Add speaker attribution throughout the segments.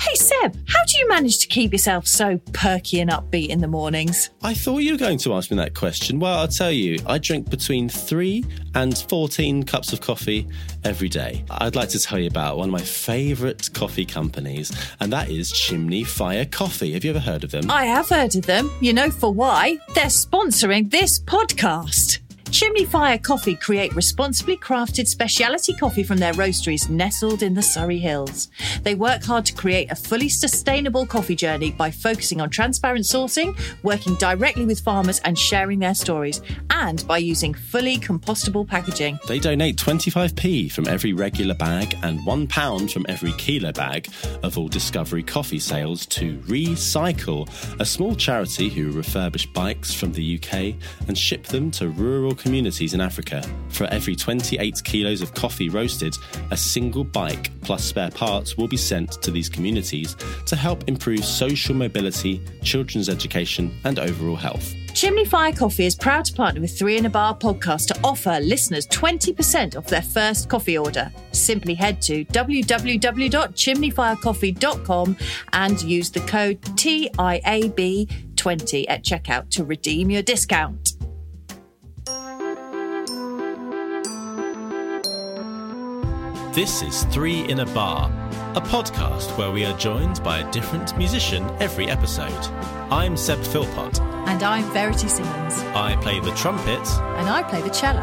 Speaker 1: Hey Seb, how do you manage to keep yourself so perky and upbeat in the mornings?
Speaker 2: I thought you were going to ask me that question. Well, I'll tell you, I drink between three and 14 cups of coffee every day. I'd like to tell you about one of my favourite coffee companies, and that is Chimney Fire Coffee. Have you ever heard of them?
Speaker 1: I have heard of them. You know for why? They're sponsoring this podcast. Chimney Fire Coffee create responsibly crafted specialty coffee from their roasteries nestled in the Surrey Hills. They work hard to create a fully sustainable coffee journey by focusing on transparent sourcing, working directly with farmers and sharing their stories, and by using fully compostable packaging.
Speaker 2: They donate 25p from every regular bag and £1 from every kilo bag of all Discovery coffee sales to Recycle, a small charity who refurbish bikes from the UK and ship them to rural communities in Africa. For every 28 kilos of coffee roasted, a single bike plus spare parts will be sent to these communities to help improve social mobility, children's education, and overall health.
Speaker 1: Chimney Fire Coffee is proud to partner with Three in a Bar podcast to offer listeners 20% off their first coffee order. Simply head to www.chimneyfirecoffee.com and use the code TIAB20 at checkout to redeem your discount.
Speaker 2: This is Three in a Bar, a podcast where we are joined by a different musician every episode. I'm Seb Philpott.
Speaker 1: And I'm Verity Simmons,
Speaker 2: I play the trumpet.
Speaker 1: and I play the cello.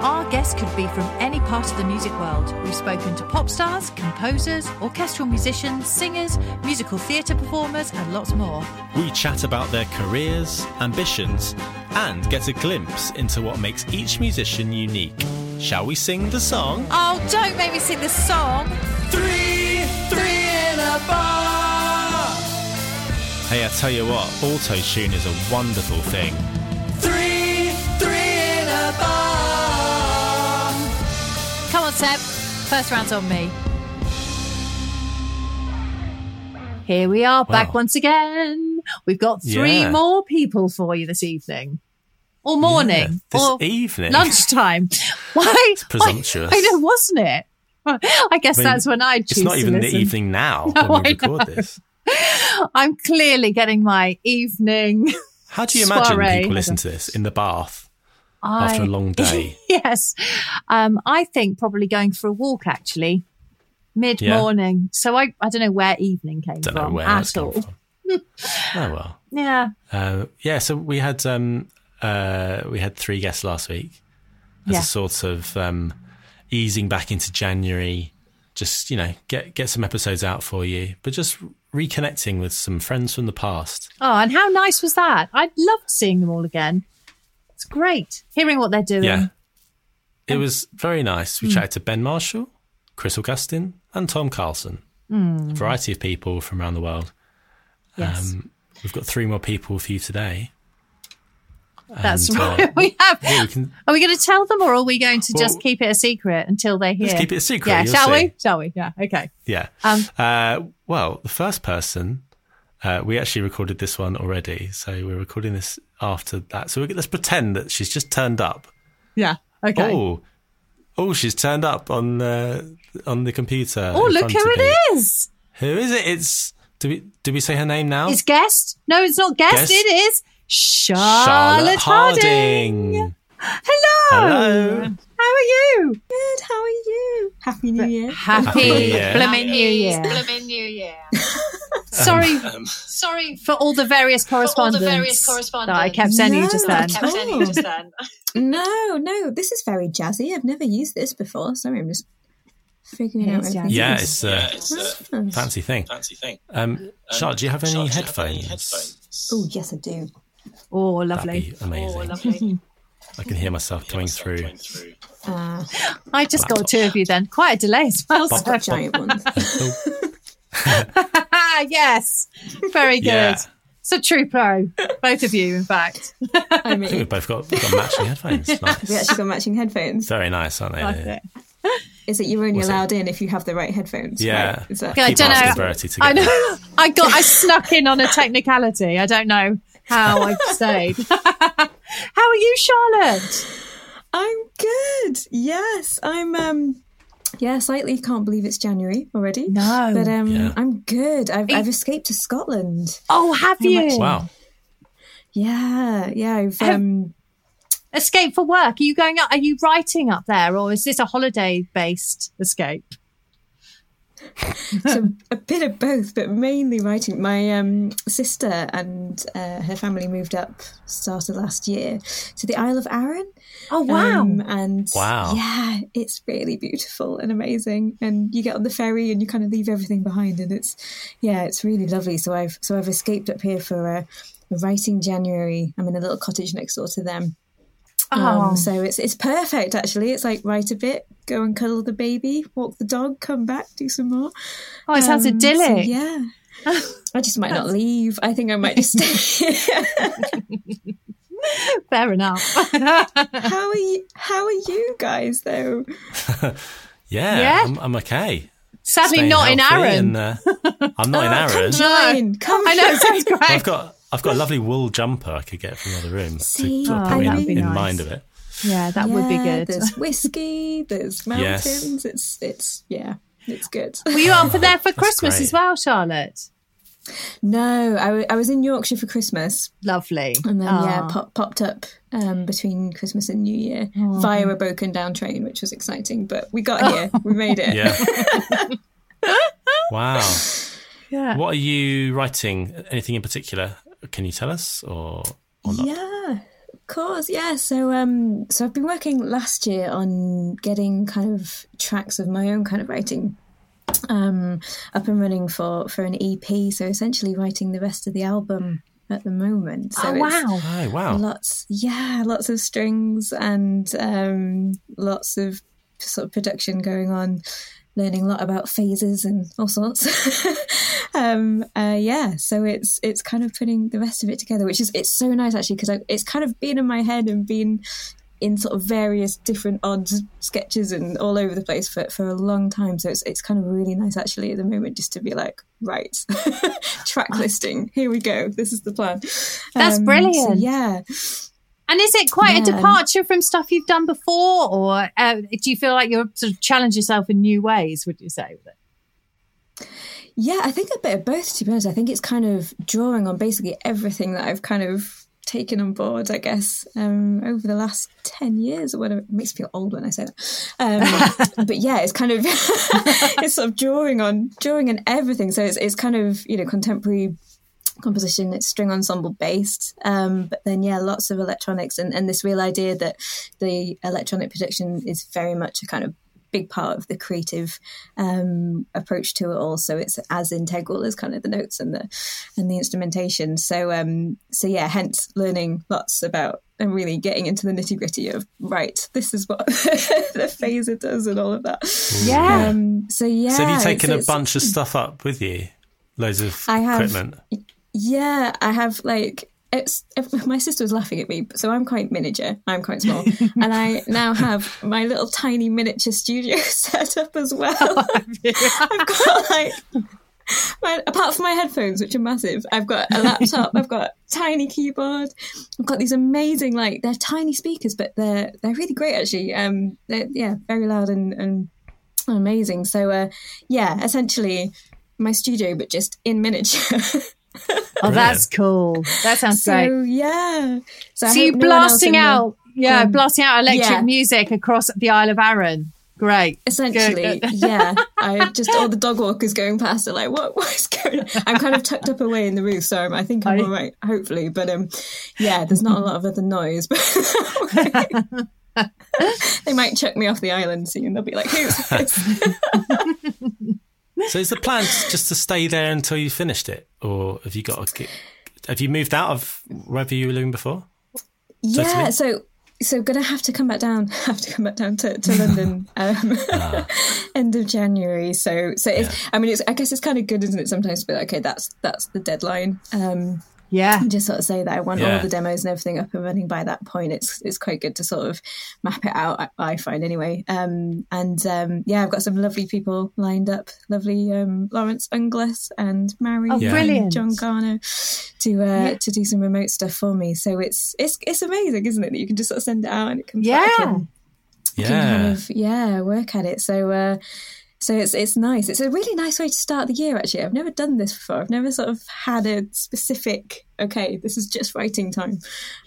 Speaker 1: Our guest could be from any part of the music world. We've spoken to pop stars, composers, orchestral musicians, singers, musical theatre performers, and lots more.
Speaker 2: We chat about their careers, ambitions, and get a glimpse into what makes each musician unique. Shall we sing the song?
Speaker 1: Oh, don't make me sing the song.
Speaker 2: Three, three in a bar. Hey, I tell you what, auto tune is a wonderful thing. Three, three in a bar.
Speaker 1: Come on, Seb. First round's on me. Here we are, back
Speaker 2: Wow.
Speaker 1: once again. We've got three
Speaker 2: Yeah.
Speaker 1: more people for you this evening. Or morning.
Speaker 2: this
Speaker 1: or
Speaker 2: evening.
Speaker 1: Lunchtime. Why? It's
Speaker 2: presumptuous.
Speaker 1: I, know, wasn't it? Well, I guess
Speaker 2: I mean,
Speaker 1: that's when I choose.
Speaker 2: It's not
Speaker 1: to
Speaker 2: even the
Speaker 1: listen.
Speaker 2: evening now
Speaker 1: No,
Speaker 2: when
Speaker 1: I
Speaker 2: we record this.
Speaker 1: I'm clearly getting my evening.
Speaker 2: How do you imagine
Speaker 1: Soiree.
Speaker 2: people listen to this in the bath
Speaker 1: I-
Speaker 2: after a long day?
Speaker 1: yes. Um, I think probably going for a walk actually, mid morning. So I, I don't know where evening came
Speaker 2: Don't
Speaker 1: from
Speaker 2: know where
Speaker 1: at
Speaker 2: that's
Speaker 1: all.
Speaker 2: come from. oh well.
Speaker 1: Yeah.
Speaker 2: Uh, yeah, so we had um, uh, we had three guests last week as
Speaker 1: Yeah.
Speaker 2: a sort of um, easing back into January. Just you know, get get some episodes out for you, but just reconnecting with some friends from the past.
Speaker 1: Oh, and how nice was that? I loved seeing them all again. It's great hearing what they're doing.
Speaker 2: Yeah, it
Speaker 1: Oh.
Speaker 2: was very nice. We
Speaker 1: Hmm.
Speaker 2: chatted to Ben Marshall, Chris Augustin, and Tom Carlson.
Speaker 1: Hmm.
Speaker 2: A variety of people from around the world.
Speaker 1: Yes,
Speaker 2: Um, We've got three more people for you today.
Speaker 1: that's
Speaker 2: and, uh,
Speaker 1: right. we have.
Speaker 2: Yeah, we can
Speaker 1: Are we going to tell them, or are we going to just
Speaker 2: Well-
Speaker 1: keep it a secret until they hear?
Speaker 2: Let's keep it a secret,
Speaker 1: Yeah,
Speaker 2: you'll
Speaker 1: shall
Speaker 2: see.
Speaker 1: we? Shall we? Yeah. Okay.
Speaker 2: Yeah.
Speaker 1: Um,
Speaker 2: uh, well, the first person, uh, we actually recorded this one already, so we're recording this after that. So we let's pretend that she's just turned up.
Speaker 1: Yeah. Okay. Oh,
Speaker 2: Oh, oh, she's turned up on uh, on the computer. in
Speaker 1: Oh, look
Speaker 2: front
Speaker 1: who
Speaker 2: of me.
Speaker 1: it is!
Speaker 2: Who is it? It's do we do we say her name now?
Speaker 1: It's guest. No, it's not guest.
Speaker 2: Oh. Guest?
Speaker 1: It is Charlotte, Harding. Hello.
Speaker 2: Hello.
Speaker 1: How are you?
Speaker 3: Good, how are you? Happy New Year.
Speaker 2: Happy New
Speaker 1: Happy
Speaker 2: Year.
Speaker 1: blooming New Year.
Speaker 4: Blooming New Year.
Speaker 1: Sorry
Speaker 4: Sorry
Speaker 1: for all the various
Speaker 4: for all
Speaker 1: correspondence.
Speaker 4: the various
Speaker 1: That
Speaker 4: correspondence
Speaker 1: I kept sending you just
Speaker 4: that I
Speaker 1: then.
Speaker 4: kept sending you just then.
Speaker 3: No, no, this is very jazzy. I've never used this before. Sorry, I'm just figuring out
Speaker 4: is
Speaker 3: everything.
Speaker 4: jazzy.
Speaker 2: Yeah,
Speaker 3: else.
Speaker 2: it's a
Speaker 3: Nice.
Speaker 2: uh, fancy thing.
Speaker 5: fancy thing.
Speaker 2: Um, Uh, Charlotte, do you have any
Speaker 5: Charlotte, do you have
Speaker 2: headphones?
Speaker 5: any headphones?
Speaker 3: Oh, yes, I do.
Speaker 1: Oh,
Speaker 2: That'd
Speaker 1: lovely.
Speaker 2: be amazing.
Speaker 4: Oh, lovely.
Speaker 2: I can hear myself coming through.
Speaker 3: Uh,
Speaker 1: I just got two of you then. Quite a delay as well.
Speaker 3: I've
Speaker 1: So.
Speaker 3: got giant ones.
Speaker 2: Oh,
Speaker 1: Ah, yes. Very good.
Speaker 2: Yeah.
Speaker 1: It's a true pro. Both of you, in fact.
Speaker 3: I
Speaker 2: I think
Speaker 3: mean,
Speaker 2: we've both got, got matching headphones.
Speaker 3: we
Speaker 2: Nice.
Speaker 3: actually got matching headphones.
Speaker 2: Very nice, aren't they?
Speaker 1: Like it.
Speaker 3: Is that you're only
Speaker 2: Was it-
Speaker 3: allowed in if you have the right headphones?
Speaker 2: Yeah.
Speaker 3: Right? Is that-
Speaker 1: Okay, I
Speaker 2: Keep
Speaker 1: don't
Speaker 2: asking
Speaker 1: know.
Speaker 2: Verity to
Speaker 1: I
Speaker 2: get them.
Speaker 1: know. I got. I snuck in on a technicality. I don't know how I've stayed. how are you, Charlotte?
Speaker 3: I'm good. Yes, I'm. Um, yeah, slightly can't believe it's January already.
Speaker 1: No.
Speaker 3: but um,
Speaker 2: Yeah.
Speaker 3: I'm good. I've,
Speaker 1: It-
Speaker 3: I've escaped to Scotland.
Speaker 1: Oh, have you
Speaker 2: Wow.
Speaker 3: Yeah, yeah. I've
Speaker 1: Have-
Speaker 3: um,
Speaker 1: escape for work? Are you going? Up, are you writing up there, or is this a holiday-based escape?
Speaker 3: so a bit of both, but mainly writing. My um, sister and uh, her family moved up start of last year to the Isle of Arran.
Speaker 1: Oh, wow.
Speaker 3: Um, and
Speaker 2: Wow.
Speaker 3: yeah, it's really beautiful and amazing. And you get on the ferry and you kind of leave everything behind, and it's yeah, it's really lovely. So I've so I've escaped up here for a, a writing January. I'm in a little cottage next door to them. Um,
Speaker 1: Oh.
Speaker 3: so it's it's perfect actually. It's like write a bit, go and cuddle the baby, walk the dog, come back, do some more.
Speaker 1: oh, it sounds
Speaker 3: Um, so
Speaker 1: idyllic.
Speaker 3: yeah. I just might not leave. I think I might just stay. here.
Speaker 1: Fair enough.
Speaker 3: how are you? How are you guys though?
Speaker 2: Yeah,
Speaker 1: Yeah.
Speaker 2: I'm, I'm okay.
Speaker 1: Sadly,
Speaker 2: Staying
Speaker 1: not in
Speaker 2: healthy
Speaker 1: Aaron.
Speaker 2: and, uh, I'm not in
Speaker 3: Oh, come
Speaker 2: Aaron.
Speaker 3: to-
Speaker 2: Well,
Speaker 3: Fine, come
Speaker 1: I know.
Speaker 3: on.
Speaker 1: It sounds great.
Speaker 2: I've got I've got a lovely wool jumper I could get from another room
Speaker 3: See,
Speaker 2: to sort of
Speaker 3: Oh,
Speaker 2: put me
Speaker 3: that'd
Speaker 2: in,
Speaker 3: be
Speaker 2: in
Speaker 1: nice.
Speaker 2: mind of it.
Speaker 1: yeah, that would be
Speaker 3: Yeah,
Speaker 1: good.
Speaker 3: There's whiskey. There's
Speaker 2: Yes.
Speaker 3: mountains. It's it's yeah. It's good.
Speaker 1: Were you on for there for Christmas
Speaker 2: great.
Speaker 1: as well, Charlotte?
Speaker 3: No, I, w- I was in Yorkshire for Christmas,
Speaker 1: Lovely.
Speaker 3: and then yeah,
Speaker 1: Oh.
Speaker 3: pop, popped up um, between Christmas and New Year via a broken down train, which was exciting. But we got here. We made it.
Speaker 2: Yeah. wow.
Speaker 1: Yeah.
Speaker 2: What are you writing? Anything in particular? Can you tell us or or not?
Speaker 3: Yeah, of course. Yeah. So, um, so I've been working last year on getting kind of tracks of my own kind of writing um, up and running for for an EP. So essentially, writing the rest of the album at the moment. So
Speaker 1: oh
Speaker 3: it's
Speaker 1: wow!
Speaker 2: Oh wow.
Speaker 3: Lots, yeah, lots of strings and um, lots of sort of production going on. Learning a lot about phases and all sorts. um, uh, yeah, so it's it's kind of putting the rest of it together, which is it's so nice actually because it's kind of been in my head and been in sort of various different odd sketches and all over the place for, for a long time. So it's it's kind of really nice actually at the moment just to be like, right, track listing, here we go, this is the plan. Um,
Speaker 1: That's
Speaker 3: so
Speaker 1: brilliant.
Speaker 3: yeah.
Speaker 1: And is it quite
Speaker 3: Yeah,
Speaker 1: a
Speaker 3: and-
Speaker 1: departure from stuff you've done before, or uh, do you feel like you're sort of challenge yourself in new ways? Would you say? with it?
Speaker 3: Yeah, I think a bit of both, to be honest. I think it's kind of drawing on basically everything that I've kind of taken on board, I guess, um, over the last 10 years or whatever. It makes me feel old when I say that. Um, but yeah, it's kind of, it's sort of drawing on, drawing on everything. So it's, it's kind of, you know, contemporary composition it's string ensemble based um, but then yeah lots of electronics and, and this real idea that the electronic production is very much a kind of big part of the creative um, approach to it all so it's as integral as kind of the notes and the and the instrumentation so um so yeah hence learning lots about and really getting into the nitty gritty of right this is what the phaser does and all of that
Speaker 1: Yeah.
Speaker 3: um so yeah
Speaker 2: so have you
Speaker 3: it's-
Speaker 2: taken a
Speaker 3: it's-
Speaker 2: bunch of stuff up with you? Loads of
Speaker 3: I have.
Speaker 2: equipment.
Speaker 3: yeah, I have like it's if- my sister was laughing at me, so I'm quite miniature. I'm quite small, and I now have my little tiny miniature studio set up as well. I've got like. My, apart from my headphones, which are massive, I've got a laptop. I've got tiny keyboard. I've got these amazing, like they're tiny speakers, but they're they're really great actually. Um, they're, yeah, very loud and, and amazing. So, uh, yeah, essentially my studio, but just in miniature.
Speaker 1: Oh, that's cool. That sounds great.
Speaker 3: So yeah. So, I
Speaker 1: So you're
Speaker 3: hope no one else
Speaker 1: blasting
Speaker 3: in the-
Speaker 1: out, yeah,
Speaker 3: um,
Speaker 1: blasting out electric
Speaker 3: yeah.
Speaker 1: music across the Isle of Arran. Great.
Speaker 3: essentially,
Speaker 1: Good, good.
Speaker 3: yeah. I just all the dog walkers going past are like, what what is going on? I'm kind of tucked up away in the roof, so I'm, I think I'm
Speaker 1: Are you-
Speaker 3: all right, hopefully. But um, yeah, there's not a lot of other noise. But they might chuck me off the island soon. They'll be like, who's this?
Speaker 2: So is the plan just to stay there until you finished it, or have you got a, have you moved out of wherever you were living before?
Speaker 3: yeah.
Speaker 2: Totally.
Speaker 3: So so gonna have to come back down have to come back down to, to london um, end of january so so it's i mean it's i guess it's kind of good isn't it sometimes to be like okay that's that's the deadline um
Speaker 1: Yeah.
Speaker 3: just sort of say that i want
Speaker 2: Yeah.
Speaker 3: all the demos and everything up and running by that point it's it's quite good to sort of map it out i, I find anyway um and um yeah i've got some lovely people lined up lovely um lawrence unglis and mary
Speaker 1: Oh,
Speaker 3: and
Speaker 1: brilliant.
Speaker 3: john garner to uh to do some remote stuff for me so it's it's it's amazing isn't it that you can just sort of send it out and it comes back
Speaker 1: Yeah.
Speaker 3: and can kind
Speaker 2: Yeah.
Speaker 3: of yeah work at it so uh so it's it's nice it's a really nice way to start the year actually i've never done this before i've never sort of had a specific okay this is just writing time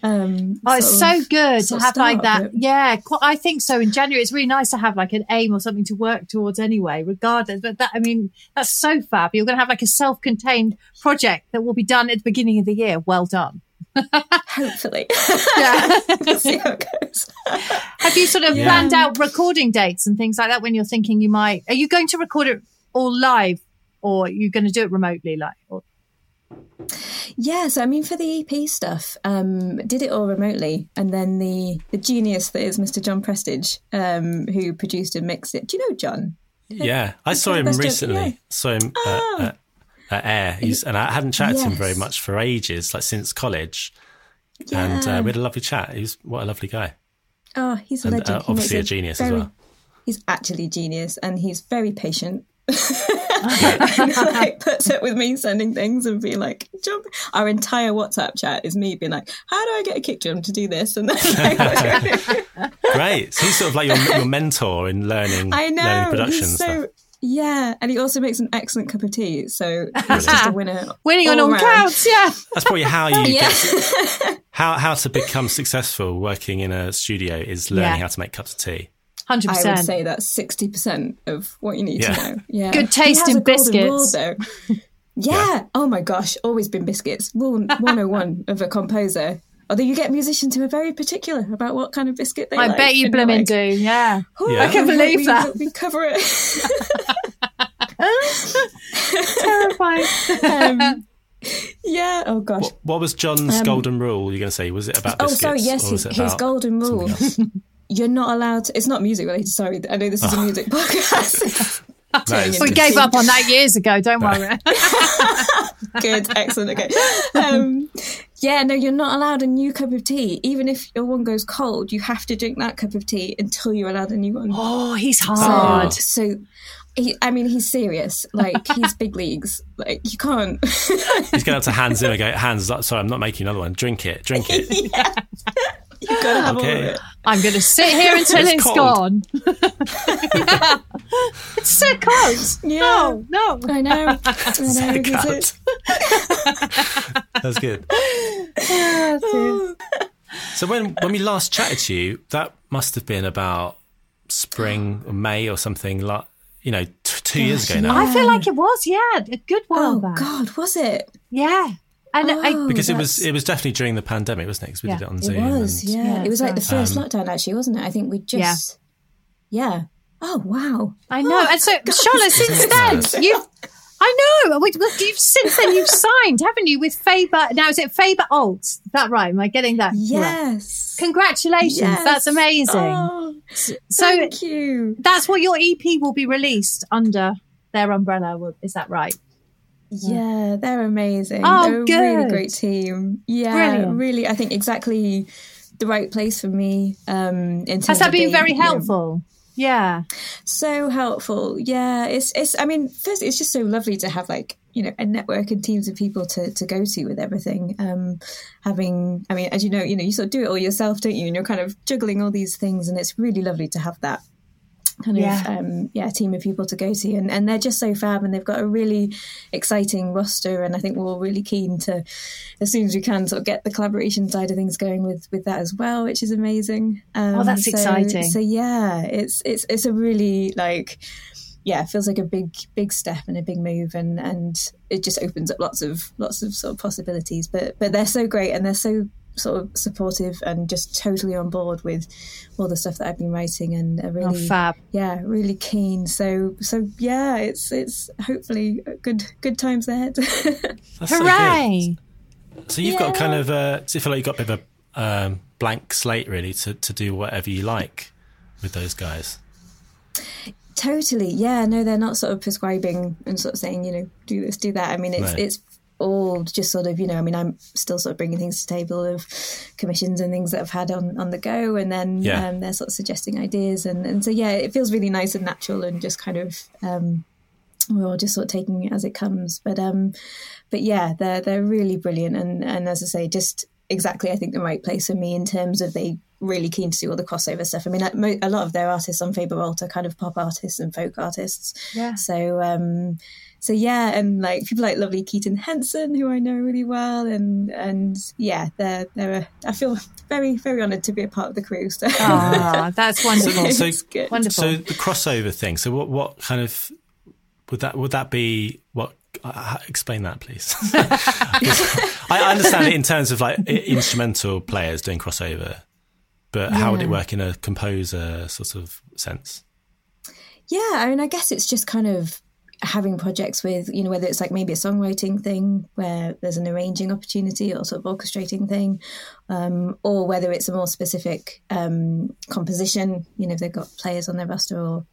Speaker 3: um
Speaker 1: Oh, it's
Speaker 3: sort
Speaker 1: so
Speaker 3: of-
Speaker 1: good to
Speaker 3: sort of
Speaker 1: have like
Speaker 3: start,
Speaker 1: that.
Speaker 3: but-
Speaker 1: Yeah, qu- I think so. In January, it's really nice to have like an aim or something to work towards anyway, regardless. But that, I mean, that's so fab. You're going to have like a self contained project that will be done at the beginning of the year. Well done.
Speaker 3: hopefully
Speaker 1: Yeah.
Speaker 3: we'll see how it goes
Speaker 1: have you sort of
Speaker 2: Yeah.
Speaker 1: planned out recording dates and things like that when you're thinking you might? Are you going to record it all live or are you going to do it remotely? Like, or,
Speaker 3: Yeah, so I mean, for the EP stuff, um, did it all remotely, and then the the genius that is Mr. John Prestige, um, who produced and mixed it. Do you know John?
Speaker 2: Yeah. I saw him
Speaker 3: best job, yeah. Ah.
Speaker 2: recently. Saw him uh, at, at Air. He's, and I hadn't chatted to him very
Speaker 3: Yes.
Speaker 2: much for ages, like since college. And uh, we had a lovely chat. He was what a lovely guy.
Speaker 3: Oh, he's a
Speaker 2: And,
Speaker 3: legend.
Speaker 2: uh,
Speaker 3: He
Speaker 2: obviously
Speaker 3: makes
Speaker 2: a genius as
Speaker 3: very-
Speaker 2: well.
Speaker 3: He's actually genius, and he's very patient. and, like puts up with me sending things and being like, John. Our entire WhatsApp chat is me being like, "How do I get a kick drum to do this?" And then like,
Speaker 2: Great. So he's sort of like your, your mentor in learning,
Speaker 3: I know.
Speaker 2: learning production
Speaker 3: he's
Speaker 2: and stuff.
Speaker 3: so, yeah, and he also makes an excellent cup of tea, so he's just a winner.
Speaker 1: winning on all
Speaker 3: round.
Speaker 1: counts. Yeah.
Speaker 2: That's probably how you
Speaker 3: Yeah.
Speaker 2: get how how to become successful working in a studio is learning
Speaker 1: Yeah.
Speaker 2: how to make cups of tea.
Speaker 1: 100%.
Speaker 3: I would say that's sixty percent of what you need
Speaker 2: Yeah.
Speaker 3: to know. Yeah,
Speaker 1: Good taste
Speaker 3: He has
Speaker 1: in
Speaker 3: a golden rule,
Speaker 1: biscuits.
Speaker 3: though. Yeah. Oh my gosh, always been biscuits. Rule one hundred and one of a composer. Although you get musicians who are very particular about what kind of biscuit they
Speaker 1: I
Speaker 3: like.
Speaker 1: bet you
Speaker 3: and you're
Speaker 1: blooming
Speaker 3: like,
Speaker 1: do. Yeah.
Speaker 3: "Oh,
Speaker 2: Yeah. I
Speaker 1: can
Speaker 3: hope
Speaker 1: believe
Speaker 3: we-
Speaker 1: that."
Speaker 3: We cover it.
Speaker 1: Terrifying.
Speaker 3: Um, yeah. Oh gosh.
Speaker 2: What, what was John's golden rule? You're going to say was it about
Speaker 3: Um, Oh,
Speaker 2: biscuits?
Speaker 3: sorry.
Speaker 2: or
Speaker 3: Yes,
Speaker 2: was
Speaker 3: his,
Speaker 2: it
Speaker 3: his
Speaker 2: about
Speaker 3: golden
Speaker 2: something
Speaker 3: rule.
Speaker 2: else?
Speaker 3: You're not allowed. To, it's not music related. Sorry, I know this is a music podcast.
Speaker 2: No, it's
Speaker 3: We
Speaker 1: We
Speaker 2: just-
Speaker 3: gave
Speaker 1: gave up on that years ago. Don't worry.
Speaker 3: good excellent okay um yeah no you're not allowed a new cup of tea even if your one goes cold you have to drink that cup of tea until you're allowed a new one
Speaker 1: Oh, he's
Speaker 3: so,
Speaker 1: hard.
Speaker 3: so he, i mean he's serious like he's big leagues like you can't
Speaker 2: he's going up to Hans Zimmer. Go Hans. Sorry, I'm not making another one. Drink it. Drink it.
Speaker 3: you gotta have
Speaker 1: Oh,
Speaker 3: all of
Speaker 2: Okay.
Speaker 3: it
Speaker 1: I'm going to sit here until
Speaker 2: It's
Speaker 1: it's
Speaker 2: cold.
Speaker 1: gone. Yeah. It's so cold.
Speaker 3: yeah
Speaker 1: No, no.
Speaker 3: I know. I know. this is-
Speaker 2: That's good.
Speaker 3: Oh,
Speaker 2: so when when we last chatted to you, that must have been about spring, or May, or something like you know, t- two years ago now.
Speaker 1: I feel like it was, yeah, a good while
Speaker 3: Oh
Speaker 1: back.
Speaker 3: God, was it?
Speaker 1: Yeah. And
Speaker 3: Oh,
Speaker 1: I,
Speaker 2: because it was
Speaker 3: that's-
Speaker 2: it was definitely during the pandemic, wasn't it? Because we
Speaker 1: Yeah,
Speaker 2: did it on
Speaker 3: It
Speaker 2: Zoom.
Speaker 3: was,
Speaker 2: and-
Speaker 3: yeah.
Speaker 1: Yeah,
Speaker 3: It was like the
Speaker 1: that's
Speaker 3: first
Speaker 1: Um,
Speaker 3: lockdown, actually, wasn't it? I think we just, yeah. Oh wow.
Speaker 1: I know. And so, Charlotte, since then, you've. I know. Wait, look, You've, since then, you've signed, haven't you, with Faber? Now, is it Faber Alt? Is that right? Am I getting that? right?
Speaker 3: Yes.
Speaker 1: Congratulations.
Speaker 3: Yes.
Speaker 1: That's amazing.
Speaker 3: Oh,
Speaker 1: so,
Speaker 3: thank you.
Speaker 1: that's what your EP will be released under their umbrella. will- Is that right?
Speaker 3: Yeah, they're amazing.
Speaker 1: Oh,
Speaker 3: they're a really
Speaker 1: good.
Speaker 3: great team. Yeah,
Speaker 1: Brilliant.
Speaker 3: really. I think exactly the right place for me. Um, in terms
Speaker 1: Has that
Speaker 3: of
Speaker 1: been
Speaker 3: being,
Speaker 1: very
Speaker 3: you know,
Speaker 1: helpful? Yeah.
Speaker 3: so helpful. Yeah, it's it's. I mean, first, it's just so lovely to have like you know a network and teams of people to to go to with everything. Um, having, I mean, as you know, you know, you sort of do it all yourself, don't you? And you're kind of juggling all these things, and it's really lovely to have that kind
Speaker 1: Yeah.
Speaker 3: of um, yeah team of people to go to, and and they're just so fab, and they've got a really exciting roster, and I think we're all really keen to as soon as we can sort of get the collaboration side of things going with with that as well, which is amazing. Um,
Speaker 1: Oh, that's
Speaker 3: so-
Speaker 1: exciting.
Speaker 3: So yeah, it's it's it's a really like yeah, it feels like a big big step and a big move, and and it just opens up lots of lots of sort of possibilities. But but they're so great and they're so sort of supportive and just totally on board with all the stuff that I've been writing and are
Speaker 1: Oh,
Speaker 3: really
Speaker 1: fab.
Speaker 3: yeah really keen. So so yeah, it's it's hopefully good good times ahead.
Speaker 2: That's so good.
Speaker 1: Hooray.
Speaker 2: So you've got kind of a. Does it feel like you've got a bit of a um, blank slate really to, to do whatever you like with those guys.
Speaker 3: Totally. Yeah. No, they're not sort of prescribing and sort of saying, you know, do this, do that. I mean, it's
Speaker 2: No.
Speaker 3: it's all just sort of, you know, I mean, I'm still sort of bringing things to the table of commissions and things that I've had on on the go, and then
Speaker 2: Yeah.
Speaker 3: um, they're sort of suggesting ideas, and and so yeah, it feels really nice and natural, and just kind of. Um, we're all just sort of taking it as it comes, but um, but yeah, they're they're really brilliant, and and as I say, just exactly I think the right place for me in terms of they really keen to do all the crossover stuff. I mean, like, mo- a lot of their artists on Faber Alt are kind of pop artists and folk artists.
Speaker 1: Yeah.
Speaker 3: So um, so yeah, and like people like lovely Keaton Henson, who I know really well, and and yeah, they're they're a, I feel very very honoured to be a part of the crew. So
Speaker 1: Ah, that's wonderful.
Speaker 2: So-
Speaker 3: it's good.
Speaker 1: wonderful.
Speaker 2: So the crossover thing. So what what kind of would that would that be? What uh, explain that, please? 'Cause I understand it in terms of like i- instrumental players doing crossover, but how would it work in a composer sort of sense?
Speaker 3: Yeah, I mean, I guess it's just kind of having projects with, you know, whether it's like maybe a songwriting thing where there's an arranging opportunity or sort of orchestrating thing, um, or whether it's a more specific um, composition, you know, if they've got players on their roster or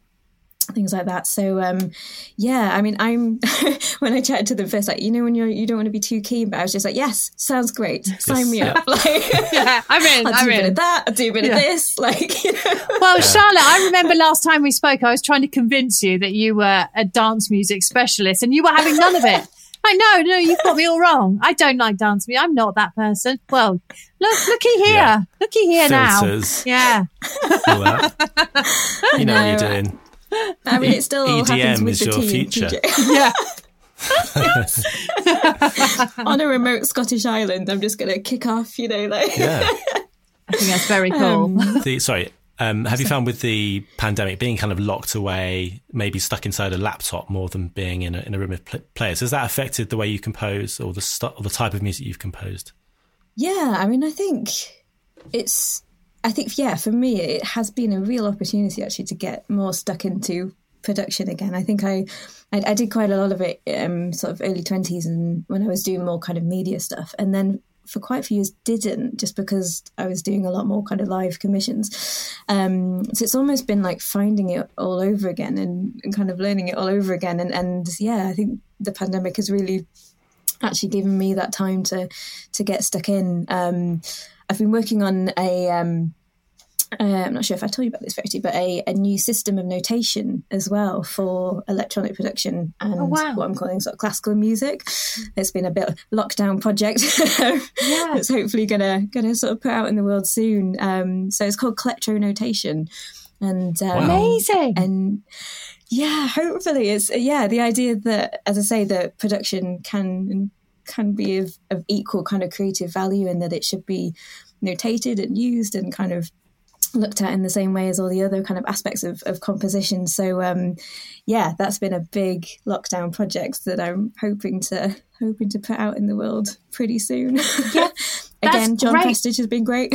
Speaker 3: things like that. So um yeah, I mean I'm when I chatted to them first, like, you know when you're you don't want to be too keen, but I was just like, Yes, sounds great. Sign me
Speaker 2: Yes,
Speaker 3: up. Like
Speaker 6: Yeah, I'm in.
Speaker 3: I'll
Speaker 6: I'm
Speaker 3: do a bit
Speaker 6: in.
Speaker 3: of that, I'll do a bit of this, like you know.
Speaker 1: Well, Charlotte, I remember last time we spoke, I was trying to convince you that you were a dance music specialist and you were having none of it. I know, no, you've got me all wrong. I don't like dance music. I'm not that person. Well, look, looky here.
Speaker 2: Yeah.
Speaker 1: Looky here now.
Speaker 2: Filters.
Speaker 1: Yeah.
Speaker 2: All that. You know what you're doing.
Speaker 3: I mean it
Speaker 2: E-,
Speaker 3: still all happens
Speaker 2: EDM
Speaker 3: with
Speaker 2: is
Speaker 3: the
Speaker 2: your
Speaker 3: tea and
Speaker 2: future.
Speaker 3: TJ.
Speaker 1: Yeah.
Speaker 3: on a remote Scottish island, I'm just going to kick off, you know, like.
Speaker 2: Yeah.
Speaker 1: I think that's very cool.
Speaker 2: the sorry um, have you found with the pandemic being kind of locked away maybe stuck inside a laptop more than being in a, in a room of pl- players has that affected the way you compose or the stu- or the type of music you've composed
Speaker 3: Yeah, I mean, I think it's, I think, yeah, for me, it has been a real opportunity actually to get more stuck into production again. I think I, I, I did quite a lot of it, um, sort of early twenties, and when I was doing more kind of media stuff, and then for quite a few years didn't just because I was doing a lot more kind of live commissions. Um, so it's almost been like finding it all over again and, and kind of learning it all over again. And, and yeah, I think the pandemic has really actually given me that time to to get stuck in. Um, I've been working on a um, uh, I'm not sure if I told you about this Verity, but a, a new system of notation as well for electronic production and
Speaker 1: wow.
Speaker 3: what I'm calling sort of classical music. It's been a bit lockdown project that's hopefully gonna gonna sort of put out in the world soon. Um, so it's called Klectro Notation. And um,
Speaker 1: Amazing.
Speaker 3: and yeah hopefully it's yeah the idea that as i say that production can can be of, of equal kind of creative value and that it should be notated and used and kind of looked at in the same way as all the other kind of aspects of, of composition so um yeah that's been a big lockdown project that i'm hoping to hoping to put out in the world pretty soon yeah again john
Speaker 1: great.
Speaker 3: prestidge has been great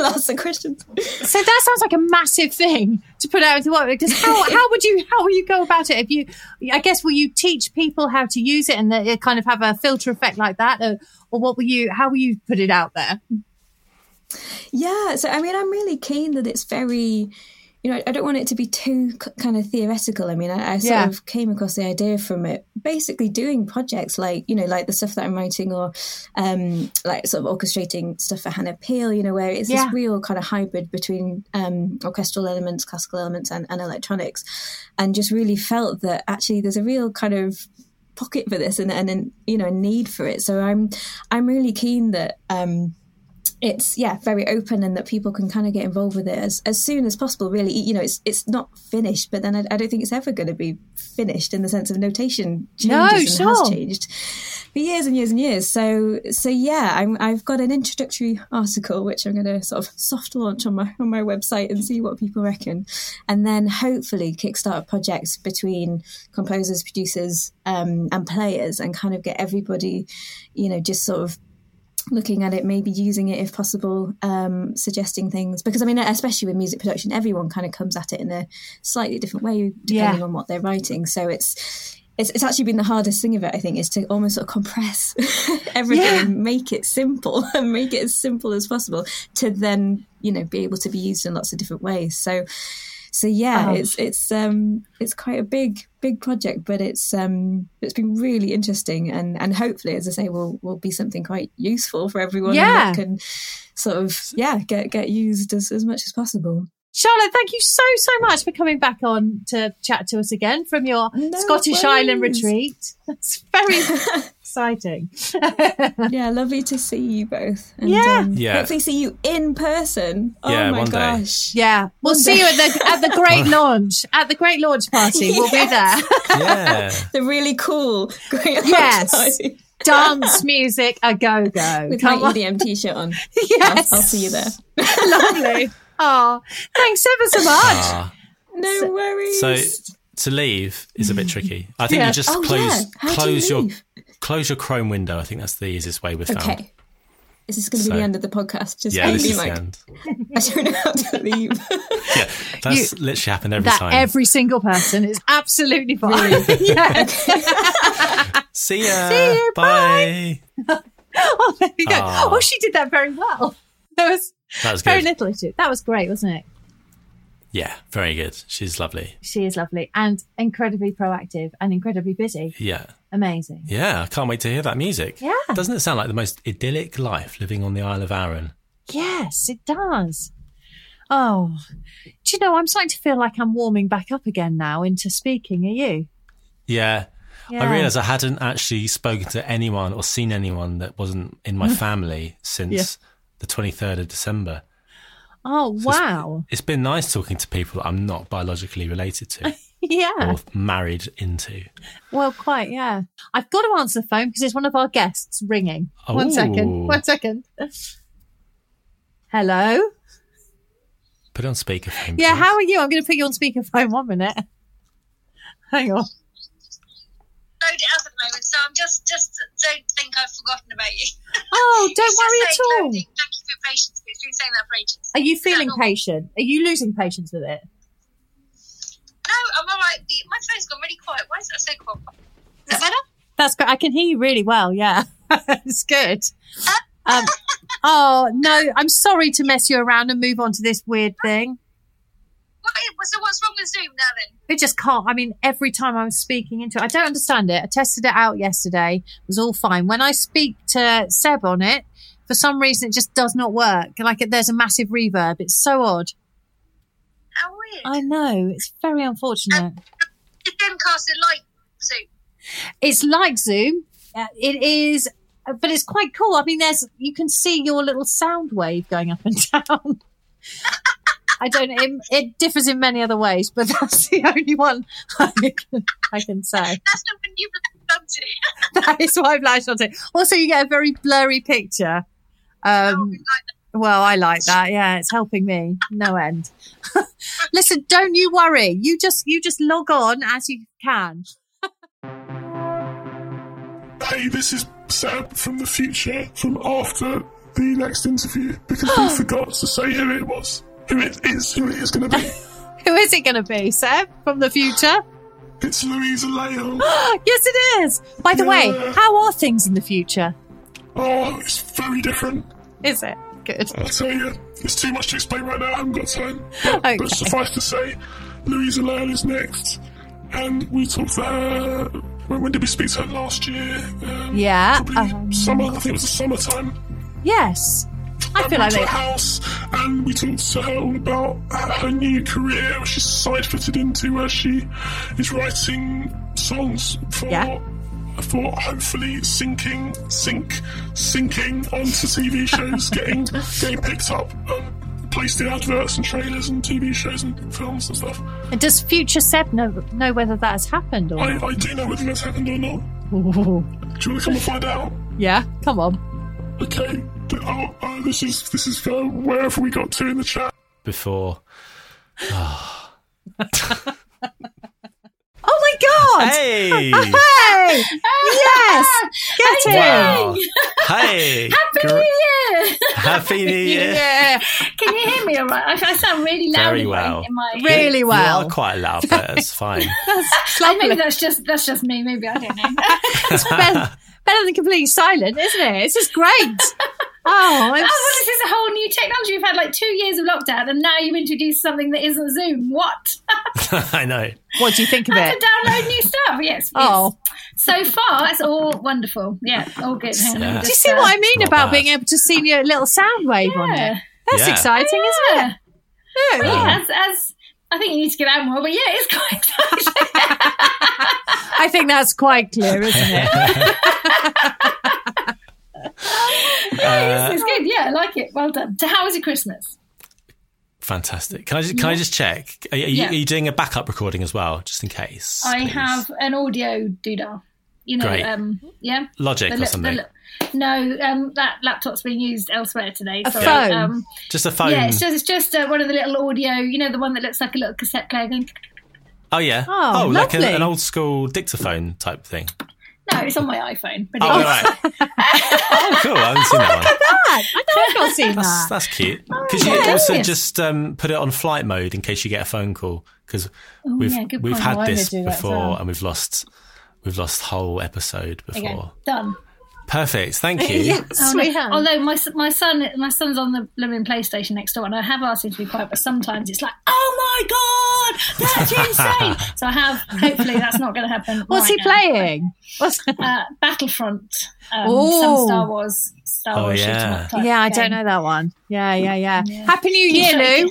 Speaker 3: lots of questions
Speaker 1: So that sounds like a massive thing to put out into the world. Because how, how would you how will you go about it? If you, I guess, will you teach people how to use it and that it kind of have a filter effect like that, or, or what will you? How will you put it out there?
Speaker 3: Yeah, so I mean, I'm really keen that it's very, you know, I- I don't want it to be too c- kind of theoretical. I mean, I, I sort
Speaker 1: Yeah.
Speaker 3: of came across the idea from it basically doing projects like, you know, like the stuff that I'm writing or um, like sort of orchestrating stuff for Hannah Peel, you know, where it's
Speaker 1: Yeah.
Speaker 3: this real kind of hybrid between um, orchestral elements, classical elements, and, and electronics. And just really felt that actually there's a real kind of pocket for this and, and, and you know, a need for it. So I'm, I'm really keen that, um, it's yeah very open and that people can kind of get involved with it as, as soon as possible really you know it's it's not finished but then I, I don't think it's ever going to be finished in the sense of notation changes
Speaker 1: No,
Speaker 3: and has
Speaker 1: sure.
Speaker 3: changed for years and years and years so so yeah I'm, I've got an introductory article which I'm going to sort of soft launch on my on my website and see what people reckon and then hopefully kickstart a project between composers producers um, and players and kind of get everybody you know just sort of looking at it, maybe using it if possible, um, suggesting things. Because I mean, especially with music production, everyone kind of comes at it in a slightly different way depending
Speaker 1: Yeah.
Speaker 3: on what they're writing. So it's it's, it's actually been the hardest thing of it, I think, is to almost sort of compress everything
Speaker 1: Yeah.
Speaker 3: and make it simple and make it as simple as possible to then, you know, be able to be used in lots of different ways. So, so yeah, it's, it's, um, it's quite a big, big project, but it's, um, it's been really interesting and, and hopefully, as I say, will, will be something quite useful for everyone and
Speaker 1: Yeah.
Speaker 3: that can sort of, yeah, get, get used as, as much as possible.
Speaker 1: Charlotte, thank you so, so much for coming back on to chat to us again from your
Speaker 3: No
Speaker 1: Scottish
Speaker 3: worries.
Speaker 1: Island retreat. That's very exciting.
Speaker 3: Yeah, lovely to see you both. And, um,
Speaker 1: Yeah.
Speaker 2: Yeah.
Speaker 3: Hopefully, see you in person. Oh
Speaker 2: Yeah,
Speaker 3: my
Speaker 2: one day.
Speaker 3: gosh.
Speaker 1: Yeah. We'll see you at the at the great launch. At the great launch party. We'll be there.
Speaker 2: Yeah.
Speaker 3: The really cool going
Speaker 1: Yes.
Speaker 3: outside
Speaker 1: Dance, music, a go go.
Speaker 3: with my EDM t shirt on.
Speaker 1: Yes.
Speaker 3: I'll, I'll see you there.
Speaker 1: Lovely. Oh, thanks ever so much.
Speaker 2: Ah.
Speaker 3: No worries.
Speaker 2: So to leave is a bit tricky. I think
Speaker 1: Yeah.
Speaker 2: you just
Speaker 3: Oh, yeah.
Speaker 2: close
Speaker 3: How do
Speaker 2: close
Speaker 3: you
Speaker 2: your
Speaker 3: leave?
Speaker 2: close your Chrome window. I think that's the easiest way we've found.
Speaker 3: okay. Is this going to be
Speaker 2: So-
Speaker 3: the end of the podcast? Just
Speaker 2: Yeah,
Speaker 3: me
Speaker 2: this
Speaker 3: being
Speaker 2: is
Speaker 3: like,
Speaker 2: the end.
Speaker 3: I don't know how to leave.
Speaker 2: Yeah, that's literally happened every
Speaker 1: that
Speaker 2: time.
Speaker 1: every single person is absolutely fine. yes.
Speaker 2: See ya.
Speaker 1: See you,
Speaker 2: Bye.
Speaker 1: Oh, there you go.
Speaker 2: Ah.
Speaker 1: Oh, she did that very well. There was
Speaker 2: That was
Speaker 1: very
Speaker 2: good.
Speaker 1: little issue. That was great, wasn't it?
Speaker 2: Yeah, very good. She's lovely.
Speaker 1: She is lovely and incredibly proactive and incredibly busy.
Speaker 2: Yeah.
Speaker 1: Amazing.
Speaker 2: Yeah, I can't wait to hear that music.
Speaker 1: Yeah.
Speaker 2: Doesn't it sound like the most idyllic life living on the Isle of Arran?
Speaker 1: Yes, it does. Oh, do you know, I'm starting to feel like I'm warming back up again now into speaking. Are you?
Speaker 2: Yeah.
Speaker 1: Yeah.
Speaker 2: I realised I hadn't actually spoken to anyone or seen anyone that wasn't in my family since the 23rd of December.
Speaker 1: Oh, wow.
Speaker 2: It's been nice talking to people that I'm not biologically related to
Speaker 1: Yeah.
Speaker 2: or married into.
Speaker 1: Well, quite, yeah. I've got to answer the phone because it's one of our guests ringing. One second.
Speaker 2: Ooh.
Speaker 1: One second. Hello?
Speaker 2: Put it on speakerphone.
Speaker 1: Yeah,
Speaker 2: please.
Speaker 1: how are you? I'm going to put you on speakerphone one minute. Hang on.
Speaker 7: load it up at the moment, so I'm just just don't think I've forgotten about you.
Speaker 1: Oh, don't
Speaker 7: It's just
Speaker 1: worry
Speaker 7: saying
Speaker 1: at all.
Speaker 7: loading. Thank you for your patience. It's been saying that for ages.
Speaker 1: Are you
Speaker 7: that
Speaker 1: feeling
Speaker 7: normal?
Speaker 1: patient? Are you losing patience with it?
Speaker 7: No, I'm all right. The, my phone's gone really quiet. Why is it so quiet? Is that better?
Speaker 1: That's great. I can hear you really well. Yeah, it's good. Um, oh no, I'm sorry to mess you around and move on to this weird thing.
Speaker 7: What, so what's wrong with Zoom now then?
Speaker 1: It just can't. I mean, every time I'm speaking into it, I don't understand it. I tested it out yesterday; it was all fine. When I speak to Seb on it, for some reason, it just does not work. Like it- there's a massive reverb. It's so odd.
Speaker 7: How weird.
Speaker 1: I know. It's very unfortunate.
Speaker 7: Did Dreamcast it like Zoom?
Speaker 1: it's like Zoom. Uh, It is, uh, but it's quite cool. I mean, there's you can see your little sound wave going up and down. I don't. It, it differs in many other ways, but that's the only one I can, I can say.
Speaker 7: That's not when you've done to.
Speaker 1: That is what I've latched onto. Also, you get a very blurry picture. Um, well, I like that. Yeah, it's helping me no end. Listen, don't you worry. You just you just log on as you can.
Speaker 8: Hey, this is Seb from the future, from after the next interview, because we forgot to say who it was, who it is, who it is going to be.
Speaker 1: Who is it going to be, Seb, from the future?
Speaker 8: It's Louisa Lale.
Speaker 1: Yes, it is. By the way,
Speaker 8: Yeah.
Speaker 1: how are things in the future?
Speaker 8: Oh, it's very different.
Speaker 1: Is it good?
Speaker 8: I tell you, it's too much to explain right now. I haven't got time. But,
Speaker 1: Okay.
Speaker 8: but suffice to say, Louisa Lale is next, and we talked to her. When, when did we speak to her last year? Um,
Speaker 1: Yeah,
Speaker 8: probably
Speaker 1: um,
Speaker 8: summer. I think it was the summertime.
Speaker 1: Yes, I
Speaker 8: And
Speaker 1: feel
Speaker 8: we
Speaker 1: like
Speaker 8: went to
Speaker 1: they.
Speaker 8: her house, and we talked to her all about her new career, which she's side-footed into, where she is writing songs for.
Speaker 1: Yeah.
Speaker 8: For hopefully sinking, sink, sinking onto TV shows, getting getting picked up, um, placed in adverts and trailers and TV shows and films and stuff.
Speaker 1: And Does future Seb know know whether that has happened or?
Speaker 8: I, I do know whether that's happened or not.
Speaker 1: Ooh.
Speaker 8: Do you want to come and find out?
Speaker 1: Yeah, come on.
Speaker 8: Okay. Oh, oh, this is this is uh, where have we got to in the chat?
Speaker 2: Before
Speaker 1: Oh
Speaker 3: pod.
Speaker 2: Hey!
Speaker 3: Hey! Yes! Get it!
Speaker 2: Wow. Hey!
Speaker 7: Happy
Speaker 2: Gr-
Speaker 7: New Year!
Speaker 2: Happy New Year!
Speaker 1: Yeah,
Speaker 7: Can you hear me all right? I, I sound really loud
Speaker 2: Very
Speaker 7: in my-
Speaker 2: well.
Speaker 7: in my
Speaker 1: really
Speaker 2: You
Speaker 1: well.
Speaker 2: are quite loud, but it's fine.
Speaker 7: Oh, maybe that's just that's just me. Maybe I don't know.
Speaker 1: It's better, better than completely silent, isn't it? It's just great. Oh, I'm
Speaker 7: oh, well, this is a whole new technology. You've had like two years of lockdown, and now you introduce something that isn't Zoom. What?
Speaker 2: I know.
Speaker 1: What do you think of
Speaker 7: I
Speaker 1: it?
Speaker 7: can download new stuff. Yes.
Speaker 1: Oh.
Speaker 7: yes. So far, it's all wonderful. Yeah. All good. Hang on, let me
Speaker 2: Yeah.
Speaker 1: Do
Speaker 7: just,
Speaker 1: you see
Speaker 7: uh,
Speaker 1: what I mean
Speaker 2: not
Speaker 1: about
Speaker 2: bad.
Speaker 1: being able to see your little sound wave on
Speaker 7: Yeah.
Speaker 1: it? That's
Speaker 2: Yeah.
Speaker 1: exciting, isn't it?
Speaker 7: Yeah.
Speaker 1: Yeah.
Speaker 7: As, as I think you need to get out more, but yeah, it's quite exciting.
Speaker 1: I think that's quite clear, isn't it?
Speaker 2: Uh,
Speaker 7: it's good. Yeah, I like it. Well done. So, how was your Christmas?
Speaker 2: Fantastic. Can I just, can I just check? Are, you- are you,
Speaker 7: Yeah.
Speaker 2: are you doing a backup recording as well, just in case?
Speaker 7: I
Speaker 2: please?
Speaker 7: have an audio doodah. You know,
Speaker 2: Great.
Speaker 7: um, yeah.
Speaker 2: Logic
Speaker 7: The
Speaker 2: or
Speaker 7: li- the
Speaker 2: something.
Speaker 7: li- no, um, that laptop's being used elsewhere today.
Speaker 1: A
Speaker 7: so,
Speaker 1: phone.
Speaker 7: Um,
Speaker 2: Just a phone.
Speaker 7: yeah, it's just, it's just uh, one of the little audio, you know, the one that looks like a little cassette player thing.
Speaker 2: oh yeah.
Speaker 1: Oh,
Speaker 2: like an,
Speaker 1: lovely.
Speaker 2: an old school dictaphone type thing.
Speaker 7: No, it's on my iPhone. But
Speaker 2: Oh,
Speaker 7: it-
Speaker 2: right. oh, cool. I haven't seen that one.
Speaker 1: I know I've not seen
Speaker 2: That's,
Speaker 1: that.
Speaker 2: that's cute. Could you
Speaker 7: Oh, yeah.
Speaker 2: also
Speaker 7: Yes.
Speaker 2: just um, put it on flight mode in case you get a phone call? Because we've
Speaker 7: Oh, yeah, good
Speaker 2: we've
Speaker 7: point.
Speaker 2: had
Speaker 7: Oh, I would
Speaker 2: this
Speaker 7: do that as
Speaker 2: before
Speaker 7: well.
Speaker 2: and we've lost we've lost whole episode before.
Speaker 7: Okay, done.
Speaker 2: Perfect. Thank you.
Speaker 7: Oh,
Speaker 1: Sweet
Speaker 7: no.
Speaker 1: hand.
Speaker 7: Although my s- my son my son's on the blooming PlayStation next door, and I have asked him to be quiet, but sometimes it's like, oh my god, that's insane. so I have. Hopefully, that's not going to happen.
Speaker 1: What's
Speaker 7: right
Speaker 1: he
Speaker 7: now.
Speaker 1: playing? What's...
Speaker 7: Uh, Battlefront. Um,
Speaker 1: Ooh.
Speaker 7: some Star Wars. Star
Speaker 2: Oh,
Speaker 7: Wars.
Speaker 2: yeah.
Speaker 7: shooting up type
Speaker 1: Yeah, I
Speaker 7: game.
Speaker 1: don't know that one. Yeah, yeah, yeah. Happy New Year,
Speaker 7: joking.
Speaker 1: Lou.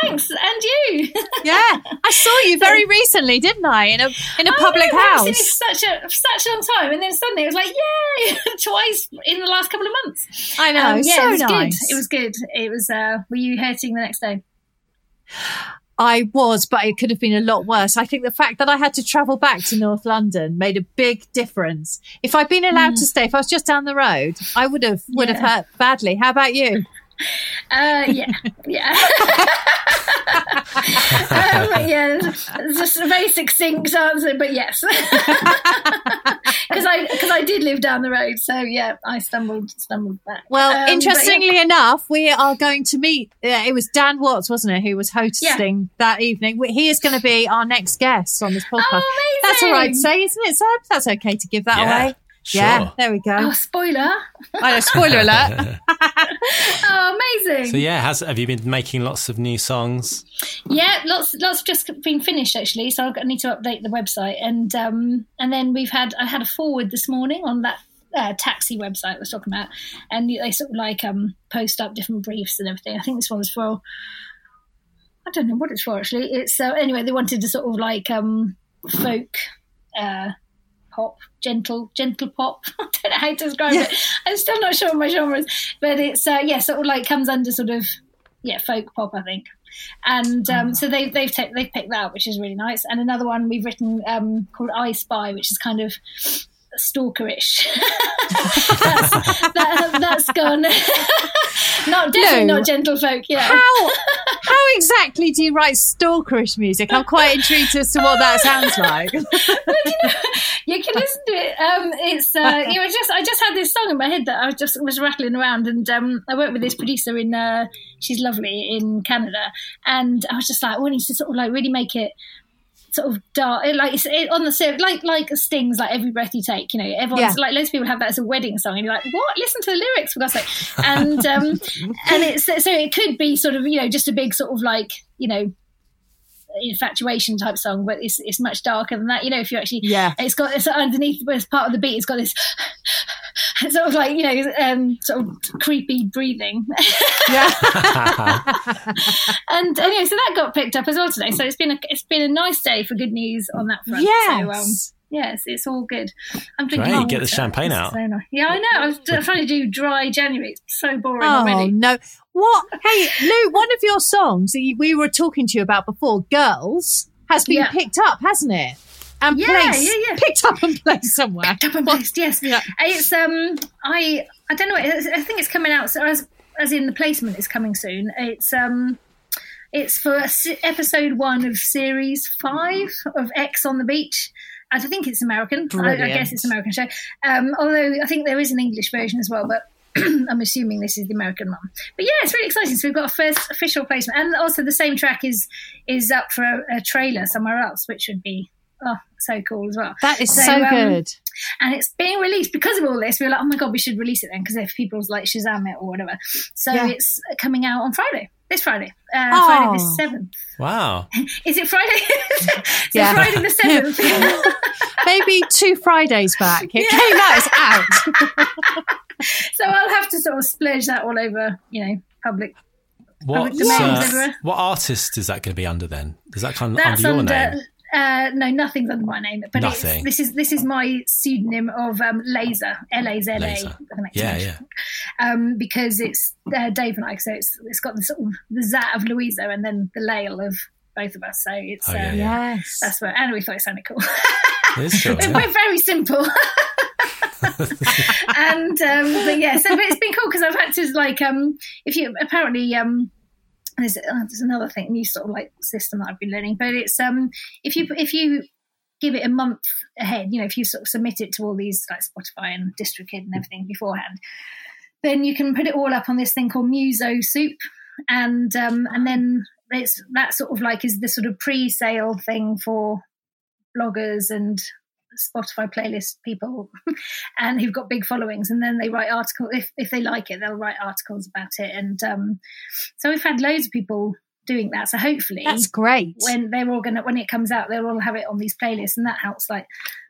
Speaker 7: Thanks, and you.
Speaker 1: Yeah, I saw you very recently, didn't I? In a in a
Speaker 7: I
Speaker 1: public
Speaker 7: know, I haven't seen
Speaker 1: house.
Speaker 7: you for such a for such a long time, and then suddenly it was like, yay! Twice in the last couple of months.
Speaker 1: I know,
Speaker 7: yeah,
Speaker 1: Oh, so
Speaker 7: it was
Speaker 1: nice.
Speaker 7: good. It was good. It was. Uh, were you hurting the next day?
Speaker 1: I was, but it could have been a lot worse. I think the fact that I had to travel back to North London made a big difference. If I'd been allowed to stay, if I was just down the road, I would have would have
Speaker 7: Yeah.
Speaker 1: hurt badly. How about you?
Speaker 7: Uh, yeah, yeah. um, yeah, it's just a very succinct answer, but yes, because I because I did live down the road, so yeah, I stumbled stumbled back.
Speaker 1: Well,
Speaker 7: Um, but
Speaker 1: interestingly enough, we are going to meet. Uh, it was Dan Watts, wasn't it, who was hosting that evening? We- He is going to be our next guest on this podcast.
Speaker 7: amazing.
Speaker 1: That's all right, to say, isn't it, Seb? That's okay to give that
Speaker 2: Yeah,
Speaker 1: away.
Speaker 2: Sure.
Speaker 1: Yeah, there we go.
Speaker 7: yeah. Oh, spoiler!
Speaker 1: I know, spoiler alert.
Speaker 7: Oh, amazing.
Speaker 2: So yeah, has have you been making lots of new songs?
Speaker 7: Yeah, lots lots just been finished actually, so I need to update the website and um and then we've had I had a forward this morning on that uh, taxi website I was talking about, and they sort of like um post up different briefs and everything. I think this one's for I don't know what it's for actually. It's uh, anyway they wanted to sort of like um folk uh pop gentle gentle pop i don't know how to describe it i'm still not sure what my genre is but it's uh yeah sort of like comes under sort of yeah folk pop i think and
Speaker 1: Mm.
Speaker 7: um, so they, they've ta- they've picked that, which is really nice. And another one we've written um, called I Spy, which is kind of stalkerish. that's, that, that's gone. not definitely
Speaker 1: No.
Speaker 7: not gentlefolk. Yeah.
Speaker 1: How how exactly do you write stalkerish music? I'm quite intrigued as to what that sounds like.
Speaker 7: you can listen to it. Um, it's uh, you know, just I just had this song in my head that I was just was rattling around, and um, I worked with this producer in uh, she's lovely in Canada, and I was just like, we need to sort of like really make it sort of dark, it, like it's it, on the surf, like like stings, like every breath you take. You know, everyone's
Speaker 1: Yeah.
Speaker 7: like loads of people have that as a wedding song, and you're like, what? Listen to the lyrics for God's sake, and um, and it's so it could be sort of you know just a big sort of like you know infatuation type song, but it's it's much darker than that. You know, if you actually
Speaker 1: Yeah.
Speaker 7: it's got it's underneath as part of the beat, it's got this sort of like you know um, sort of creepy breathing,
Speaker 1: Yeah.
Speaker 7: and anyway, so that got picked up as well today. So it's been a it's been a nice day for good news on that front. So, um,
Speaker 1: Yes.
Speaker 7: Yes, it's all good. I'm drinking.
Speaker 2: Great,
Speaker 7: hot
Speaker 2: get the
Speaker 7: water.
Speaker 2: champagne
Speaker 7: This is
Speaker 2: out.
Speaker 7: so nice. Yeah, I know. I was I'm trying to do dry January. It's so um, boring
Speaker 1: Oh
Speaker 7: already.
Speaker 1: no! What? Hey, Lou, one of your songs that you, we were talking to you about before, "Girls," has been
Speaker 7: Yeah.
Speaker 1: picked up, hasn't it? And
Speaker 7: Yeah,
Speaker 1: placed,
Speaker 7: yeah, yeah.
Speaker 1: picked up and placed somewhere.
Speaker 7: Tap and paste, yes.
Speaker 1: Yeah.
Speaker 7: It's um, I I don't know. It's, I think it's coming out so as as in the placement is coming soon. It's um, it's for s- episode one of series five of X on the Beach, I don't think it's American. I, I
Speaker 1: Brilliant.
Speaker 7: guess it's an American show. Um, although I think there is an English version as well, but I'm assuming this is the American one. But yeah, it's really exciting. So we've got a first official placement, and also the same track is is up for a, a trailer somewhere else, which would be oh so cool as well.
Speaker 1: That is so,
Speaker 7: um,
Speaker 1: good.
Speaker 7: and it's being released because of all this. We were like, oh my god, we should release it then because if people's like Shazam it or whatever. So
Speaker 1: Yeah.
Speaker 7: it's coming out on Friday. This Friday, uh,
Speaker 1: Oh.
Speaker 7: Friday the seventh.
Speaker 2: Wow.
Speaker 7: Is it Friday? Is it
Speaker 1: Yeah.
Speaker 7: Friday the seventh.
Speaker 1: Maybe two Fridays back, it came out. It's out.
Speaker 7: so I'll have to sort of splurge that all over, you know, public.
Speaker 2: What,
Speaker 7: Public domain,
Speaker 2: uh,
Speaker 7: everywhere.
Speaker 2: what artist is that going to be under then? Is that kind of
Speaker 7: That's
Speaker 2: under your
Speaker 7: under.
Speaker 2: name?
Speaker 7: Uh, no, nothing's under my name, but it's,
Speaker 2: Nothing.
Speaker 7: this is this is my pseudonym of um, Laser, L A Z A,
Speaker 2: Laser.
Speaker 7: with an
Speaker 2: Yeah,
Speaker 7: exclamation.
Speaker 2: yeah.
Speaker 7: um, because it's uh, Dave and I, so it's it's got the sort of the zat of Louisa and then the lail of both of us. So it's
Speaker 2: Oh,
Speaker 7: um,
Speaker 2: yeah, yeah.
Speaker 1: Yes.
Speaker 7: that's what, and we thought it sounded cool.
Speaker 2: It is cool,
Speaker 7: we're,
Speaker 2: yeah.
Speaker 7: we're very simple. and um, but yeah, so but it's been cool because I've had to like um, if you apparently um. There's, uh, there's another thing, new sort of like system that I've been learning, but it's um if you if you give it a month ahead, you know, if you sort of submit it to all these like Spotify and DistroKid and everything beforehand, then you can put it all up on this thing called Muso Soup, and um, and then it's that sort of like is the sort of pre-sale thing for bloggers and Spotify playlist people, and who've got big followings, and then they write articles if if they like it, they'll write articles about it, and um, so we've had loads of people doing that. So hopefully,
Speaker 1: That's great.
Speaker 7: when they're all gonna when it comes out they'll all have it on these playlists and that helps like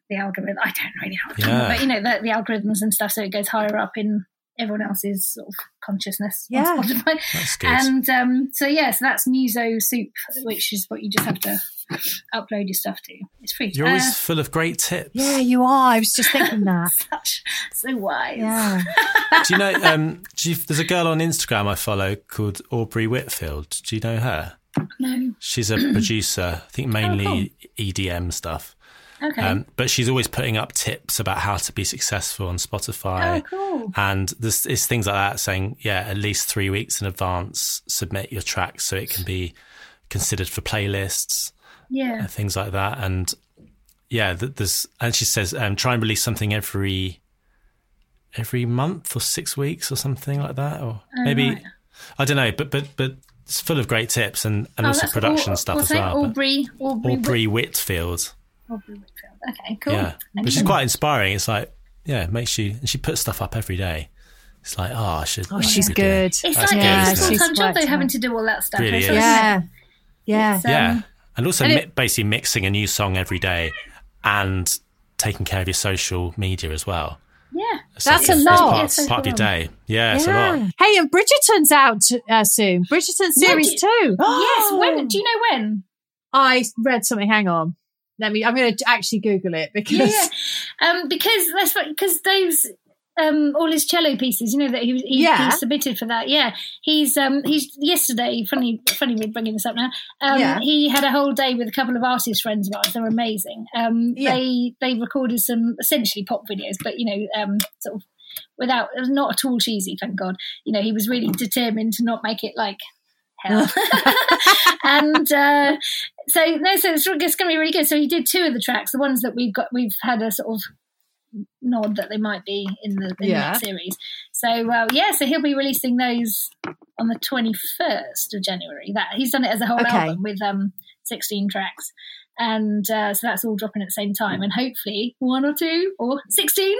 Speaker 7: the algorithm i don't really know
Speaker 2: Yeah.
Speaker 7: but you know the, the algorithms and stuff so it goes higher up in everyone else's sort of consciousness on
Speaker 1: Yeah.
Speaker 7: Spotify.
Speaker 2: That's good.
Speaker 7: and um so yeah so that's muso soup which is what you just have to upload your stuff to it's free
Speaker 2: You're always full of great tips.
Speaker 1: yeah, you are. I was just thinking that.
Speaker 7: such Uh, so wise
Speaker 1: Yeah.
Speaker 2: Do you know? Um, do you, there's a girl on Instagram I follow called Aubrey Whitfield. Do you know her?
Speaker 7: no Oh,
Speaker 2: She's a producer. I think mainly EDM stuff.
Speaker 7: okay
Speaker 2: Um, but she's always putting up tips about how to be successful on Spotify.
Speaker 7: oh cool
Speaker 2: And this it's things like that saying, yeah, at least three weeks in advance, submit your tracks so it can be considered for playlists
Speaker 7: yeah
Speaker 2: and things like that. And yeah, th- there's and she says um, try and release something every every month or six weeks or something like that, or
Speaker 1: Oh,
Speaker 2: maybe
Speaker 7: right.
Speaker 2: I don't know, but but but it's full of great tips and and
Speaker 7: Oh,
Speaker 2: also
Speaker 7: that's
Speaker 2: production
Speaker 7: Au-
Speaker 2: stuff
Speaker 7: what's
Speaker 2: as
Speaker 7: her
Speaker 2: well.
Speaker 7: name?
Speaker 2: but-
Speaker 7: Aubrey, Aubrey,
Speaker 2: Aubrey Whitfield,
Speaker 7: Aubrey Whitfield. Okay, cool.
Speaker 2: yeah, which is quite inspiring. It's like yeah, it makes you and she puts stuff up every day. It's like oh, I should.
Speaker 1: Oh,
Speaker 2: I should
Speaker 1: she's
Speaker 2: be doing-
Speaker 1: good.
Speaker 7: It's
Speaker 2: That's
Speaker 7: like
Speaker 2: good,
Speaker 7: yeah,
Speaker 2: isn't
Speaker 7: it's
Speaker 2: it?
Speaker 7: a full-time
Speaker 1: She's
Speaker 7: job though,
Speaker 1: worked
Speaker 7: having
Speaker 1: hard.
Speaker 7: to do all that stuff.
Speaker 2: Really
Speaker 7: It's
Speaker 2: is.
Speaker 7: like-
Speaker 1: Yeah. Yeah.
Speaker 7: So-
Speaker 2: Yeah. And also
Speaker 1: Um, and
Speaker 2: mi-
Speaker 1: it-
Speaker 2: basically mixing a new song every day and taking care of your social media as well.
Speaker 7: Yeah.
Speaker 2: It's
Speaker 1: That's
Speaker 2: like-
Speaker 1: a
Speaker 2: it's
Speaker 1: lot.
Speaker 2: Part,
Speaker 7: It's so
Speaker 2: part of your
Speaker 7: cool.
Speaker 2: day. Yeah, it's a
Speaker 1: Yeah.
Speaker 2: lot.
Speaker 1: Hey, and Bridgerton's out uh, soon. Bridgerton series two.
Speaker 7: yes.
Speaker 1: Oh.
Speaker 7: When do you know when?
Speaker 1: I read something. Hang on. Let me. I'm going to actually Google it because
Speaker 7: Yeah, yeah. Um, because that's what because those um all his cello pieces, you know that he was- he,
Speaker 1: Yeah.
Speaker 7: he submitted for that. Yeah, he's um he's yesterday. Funny, funny we're bringing this up now. Um,
Speaker 1: Yeah.
Speaker 7: he had a whole day with a couple of artist friends of ours. They're amazing. Um,
Speaker 1: Yeah.
Speaker 7: they they recorded some essentially pop videos, but you know um sort of without it was not at all cheesy. Thank God. You know he was really determined to not make it like hell. and uh, so no, so it's, it's going to be really good. So he did two of the tracks, the ones that we've got, we've had a sort of nod that they might be in the, in
Speaker 1: Yeah.
Speaker 7: that series. So uh, yeah, so he'll be releasing those on the twenty first of January. That he's done it as a whole
Speaker 1: Okay.
Speaker 7: album with um sixteen tracks. And uh, so that's all dropping at the same time, and hopefully one or two or sixteen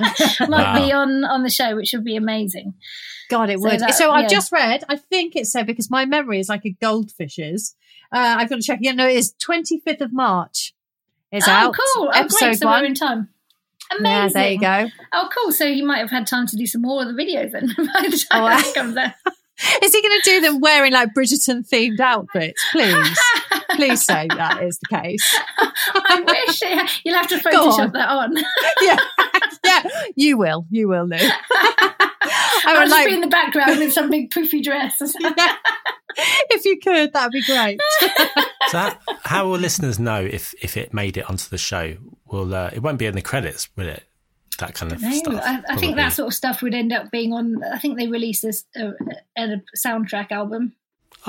Speaker 7: might be on on the show, which would be amazing.
Speaker 1: God, it
Speaker 7: So
Speaker 1: would.
Speaker 7: that-
Speaker 1: so
Speaker 7: yeah.
Speaker 1: I've just read. I think it said because my memory is like a goldfish's. Uh, I've got to check. Yeah, no, it's 25th of March. It's
Speaker 7: oh,
Speaker 1: out.
Speaker 7: cool! Oh,
Speaker 1: Episode
Speaker 7: great. So
Speaker 1: one.
Speaker 7: we're in time. Amazing.
Speaker 1: Yeah, there you go.
Speaker 7: Oh, cool. So you might have had time to do some more of the videos then by the time
Speaker 1: Oh,
Speaker 7: that
Speaker 1: I-
Speaker 7: comes out.
Speaker 1: Is he going to do them wearing like Bridgerton themed outfits? Please, please say that is the case.
Speaker 7: I wish it, you'll have to
Speaker 1: Go on. Oh,
Speaker 7: Photoshop that on.
Speaker 1: Yeah, yeah, you will, you will, Lou. I
Speaker 7: I'll
Speaker 1: would
Speaker 7: just
Speaker 1: like
Speaker 7: be in the background with some big poofy dress. or something.
Speaker 1: if you could, that'd be great.
Speaker 2: So how, how will listeners know if, if it made it onto the show? Will uh, it won't be in the credits, will it? That kind of
Speaker 7: No,
Speaker 2: stuff.
Speaker 7: I, I
Speaker 2: probably.
Speaker 7: think that sort of stuff would end up being on. I think they release this uh, a soundtrack album.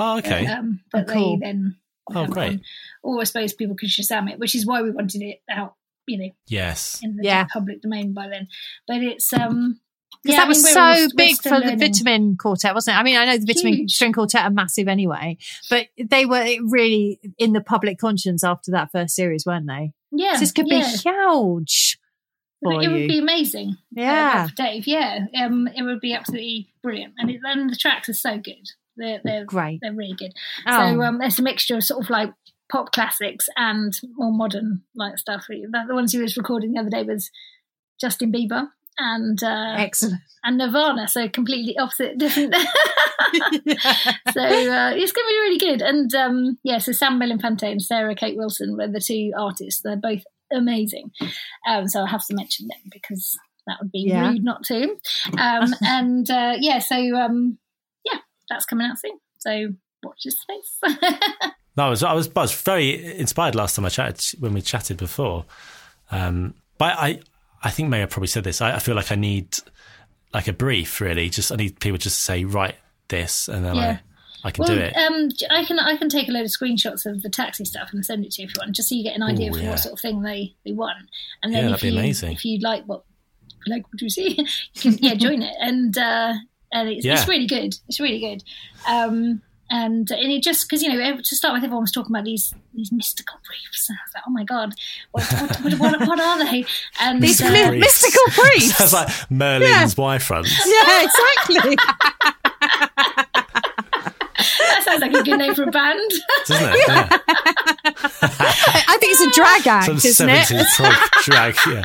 Speaker 2: Oh, okay.
Speaker 7: Um, but
Speaker 1: cool.
Speaker 7: they then.
Speaker 2: Oh,
Speaker 7: have
Speaker 2: great.
Speaker 7: on. Or I suppose people could Shazam it, which is why we wanted it out you know
Speaker 2: Yes.
Speaker 7: in the
Speaker 1: Yeah.
Speaker 7: public domain by then. But it's um
Speaker 1: Because
Speaker 7: yeah, I
Speaker 1: that was
Speaker 7: mean,
Speaker 1: so
Speaker 7: we're all- we're
Speaker 1: big
Speaker 7: still
Speaker 1: for
Speaker 7: learning.
Speaker 1: the vitamin quartet, wasn't it? I mean, I know the vitamin
Speaker 7: Huge.
Speaker 1: string quartet are massive anyway, but they were really in the public conscience after that first series, weren't they?
Speaker 7: Yeah,
Speaker 1: this could
Speaker 7: yeah.
Speaker 1: be huge for
Speaker 7: It
Speaker 1: you.
Speaker 7: would be amazing. uh,
Speaker 1: yeah.
Speaker 7: for Dave. Yeah, um, it would be absolutely brilliant, and it, and the tracks are so good. They're they're
Speaker 1: Great.
Speaker 7: They're really good.
Speaker 1: Oh.
Speaker 7: So um, there's a mixture of sort of like pop classics and more modern like stuff. The, the ones he was recording the other day was Justin Bieber and uh,
Speaker 1: Excellent.
Speaker 7: and Nirvana, so completely opposite, different. so uh, it's going to be really good. And um, yeah, so Sam Melinfante and Sarah Kate Wilson were the two artists. They're both amazing. Um, so I have to mention them because that would be
Speaker 1: Yeah.
Speaker 7: rude not to. Um, and uh, yeah, so um, yeah, that's coming out soon. So watch this space.
Speaker 2: No, I was, I was, I was very inspired last time I chatted when we chatted before. Um, but I, I think May I probably said this. I, I feel like I need like a brief, really. Just I need people just to say write this, and then
Speaker 7: Yeah.
Speaker 2: I, I can do it.
Speaker 7: Um, j- I can I can take a load of screenshots of the taxi stuff and send it to you if you want, just so you get an idea
Speaker 2: Ooh,
Speaker 7: for
Speaker 2: yeah.
Speaker 7: what sort of thing they they want. And
Speaker 2: Yeah,
Speaker 7: then if
Speaker 2: that'd be
Speaker 7: you
Speaker 2: amazing.
Speaker 7: if you like what like what you see, you can yeah join it and uh, and it's,
Speaker 2: Yeah.
Speaker 7: it's really good. It's really good. Um, and and it just because you know ev- to start with everyone was talking about these these mystical briefs. And I was like, oh my god, what what, what, what, what are they? And
Speaker 1: These
Speaker 7: uh,
Speaker 1: mi-
Speaker 2: Briefs.
Speaker 1: mystical briefs.
Speaker 2: Sounds like Merlin's wife runs.
Speaker 1: yeah, exactly.
Speaker 7: that sounds like a good name for a band.
Speaker 2: doesn't it? Yeah.
Speaker 1: I I think it's a drag act,
Speaker 2: Some
Speaker 1: isn't
Speaker 2: seventies prog drag. Yeah.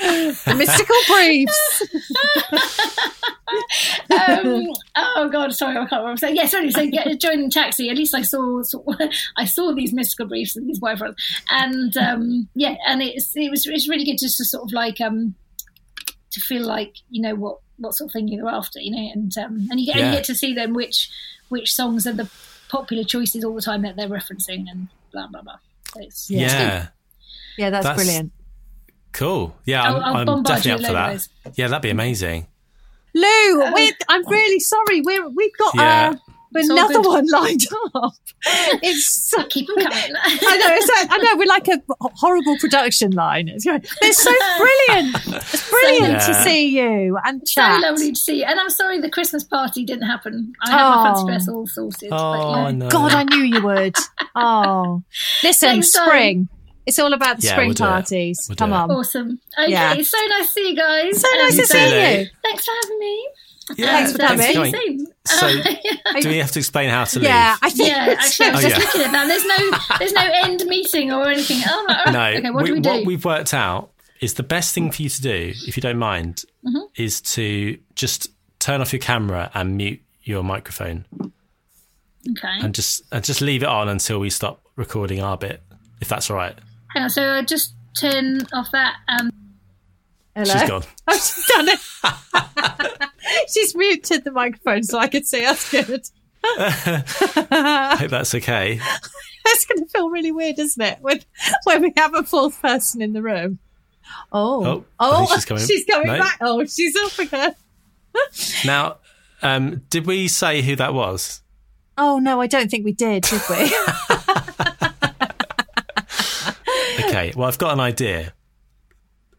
Speaker 1: it? mystical briefs.
Speaker 7: um, oh god, sorry, I can't remember. So yeah, sorry. So get, join taxi. At least I saw, saw I saw these mystical briefs and these wife runs, and um, yeah, and it's it was it's really good just to sort of like um to feel like you know what what sort of thing you're after, you know, and um, and you get and
Speaker 2: Yeah.
Speaker 7: you get to see then which which songs are the popular choices all the time that they're referencing and blah blah blah. So it's,
Speaker 2: yeah,
Speaker 7: it's good.
Speaker 1: Yeah, that's,
Speaker 2: That's-
Speaker 1: brilliant.
Speaker 2: cool. Yeah,
Speaker 7: I'll- I'll
Speaker 2: I'm, I'm
Speaker 7: bombard
Speaker 2: definitely
Speaker 7: you
Speaker 2: up
Speaker 7: with
Speaker 2: for that.
Speaker 7: logos.
Speaker 2: Yeah, that'd be amazing.
Speaker 1: Lou, we're, I'm really sorry. We're, we've got
Speaker 2: Yeah.
Speaker 1: uh,
Speaker 7: all
Speaker 1: another
Speaker 7: good.
Speaker 1: one lined up. It's so
Speaker 7: Keep them coming.
Speaker 1: I know. It's like- I know. We're like a horrible production line. It's going, They're so brilliant. It's brilliant to
Speaker 2: Yeah.
Speaker 1: see you and
Speaker 7: So
Speaker 1: chat.
Speaker 7: lovely to see you. And I'm sorry the Christmas party didn't happen. I had my
Speaker 1: Oh.
Speaker 7: fancy dress all sorted.
Speaker 2: Oh,
Speaker 7: but, yeah.
Speaker 2: I know.
Speaker 1: God, I knew you would. Oh, listen,
Speaker 7: Next time.
Speaker 1: spring. It's all about the
Speaker 2: Yeah,
Speaker 1: spring
Speaker 2: we'll do it.
Speaker 1: parties.
Speaker 2: We'll do
Speaker 1: Come
Speaker 2: it.
Speaker 1: on.
Speaker 7: Awesome. Okay,
Speaker 1: Yeah.
Speaker 7: it's so nice to see you guys.
Speaker 1: So nice
Speaker 7: Um,
Speaker 1: to see you.
Speaker 7: Thanks for having me.
Speaker 2: Yeah,
Speaker 1: Thanks for
Speaker 7: I'll
Speaker 1: coming.
Speaker 7: See
Speaker 2: Join.
Speaker 7: you soon.
Speaker 2: So,
Speaker 1: you-
Speaker 2: do we have to explain how to leave?
Speaker 1: Yeah, I think.
Speaker 7: Yeah, actually, I was
Speaker 2: Oh,
Speaker 7: just
Speaker 2: yeah.
Speaker 7: looking at that. There's no, there's no end meeting or anything. Oh, no. all
Speaker 2: No.
Speaker 7: right. Okay, what do we do?
Speaker 2: have worked out is the best thing for you to do, if you don't mind,
Speaker 7: Mm-hmm.
Speaker 2: is to just turn off your camera and mute your microphone,
Speaker 7: okay.
Speaker 2: and just and just leave it on until we stop recording our bit, if that's all right.
Speaker 7: Hang on. So I just turn off that. Um,
Speaker 1: Hello.
Speaker 2: She's gone.
Speaker 1: Oh, she's done it. she's muted the microphone so I could see. That's good.
Speaker 2: I hope that's okay.
Speaker 1: That's going to feel really weird, isn't it? With when we have a fourth person in the room. Oh,
Speaker 2: Oh, I think she's coming- no.
Speaker 1: back. Oh, she's off again.
Speaker 2: Now, um, did we say who that was?
Speaker 1: Oh no, I don't think we did, did we?
Speaker 2: Uh-huh. Okay. Well, I've got an idea.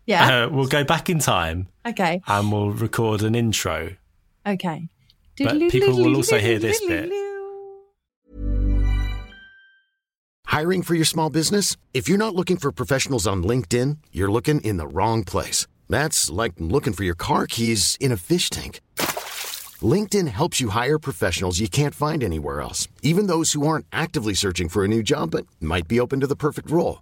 Speaker 1: yeah.
Speaker 2: Uh, we'll go back in time
Speaker 1: Okay.
Speaker 2: and we'll record an intro.
Speaker 1: Okay.
Speaker 2: But people will also hear this bit.
Speaker 4: Hiring for your small business? If you're not looking for professionals on LinkedIn, you're looking in the wrong place. That's like looking for your car keys in a fish tank. LinkedIn helps you hire professionals you can't find anywhere else, even those who aren't actively searching for a new job but might be open to the perfect role.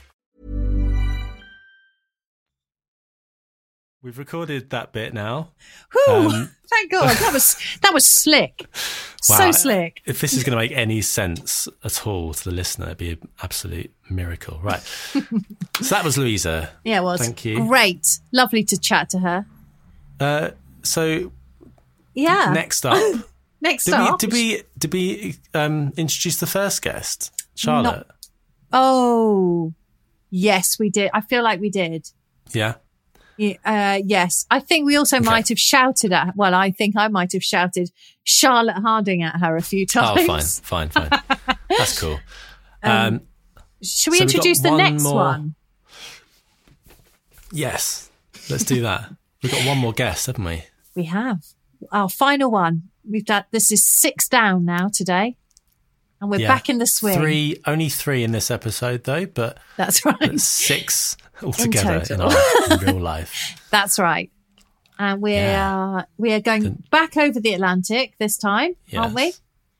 Speaker 2: We've recorded that bit now.
Speaker 1: Whew,
Speaker 2: Um,
Speaker 1: thank God. That was that was slick.
Speaker 2: wow.
Speaker 1: So slick.
Speaker 2: If this is going to make any sense at all to the listener, it'd be an absolute miracle. Right. so that was Louisa.
Speaker 1: Yeah, it was.
Speaker 2: Thank you.
Speaker 1: Great. Lovely to chat to her.
Speaker 2: Uh, so
Speaker 1: Yeah.
Speaker 2: next up.
Speaker 1: Next
Speaker 2: did
Speaker 1: up.
Speaker 2: We, did we did we um, introduce the first guest, Charlotte?
Speaker 1: Oh, yes, we did. I feel like we did.
Speaker 2: Yeah.
Speaker 1: Yeah, Uh, yes, I think we also might have shouted at. Well, I think I might have shouted Charlotte Harding at her a few times.
Speaker 2: Oh, fine, fine, fine. That's cool. Um,
Speaker 1: Should we
Speaker 2: So we've got
Speaker 1: introduce the
Speaker 2: one
Speaker 1: next
Speaker 2: more-
Speaker 1: one?
Speaker 2: yes, let's do that. We've got one more guest, haven't we?
Speaker 1: We have our final one. We've done. This is six down now today, and we're
Speaker 2: Yeah.
Speaker 1: back in the swing.
Speaker 2: Three, only three in this episode though, but
Speaker 1: That's right.
Speaker 2: but six altogether in,
Speaker 1: total.
Speaker 2: our in real life.
Speaker 1: That's right. And we
Speaker 2: Yeah.
Speaker 1: are we are going back over the Atlantic this time, aren't we?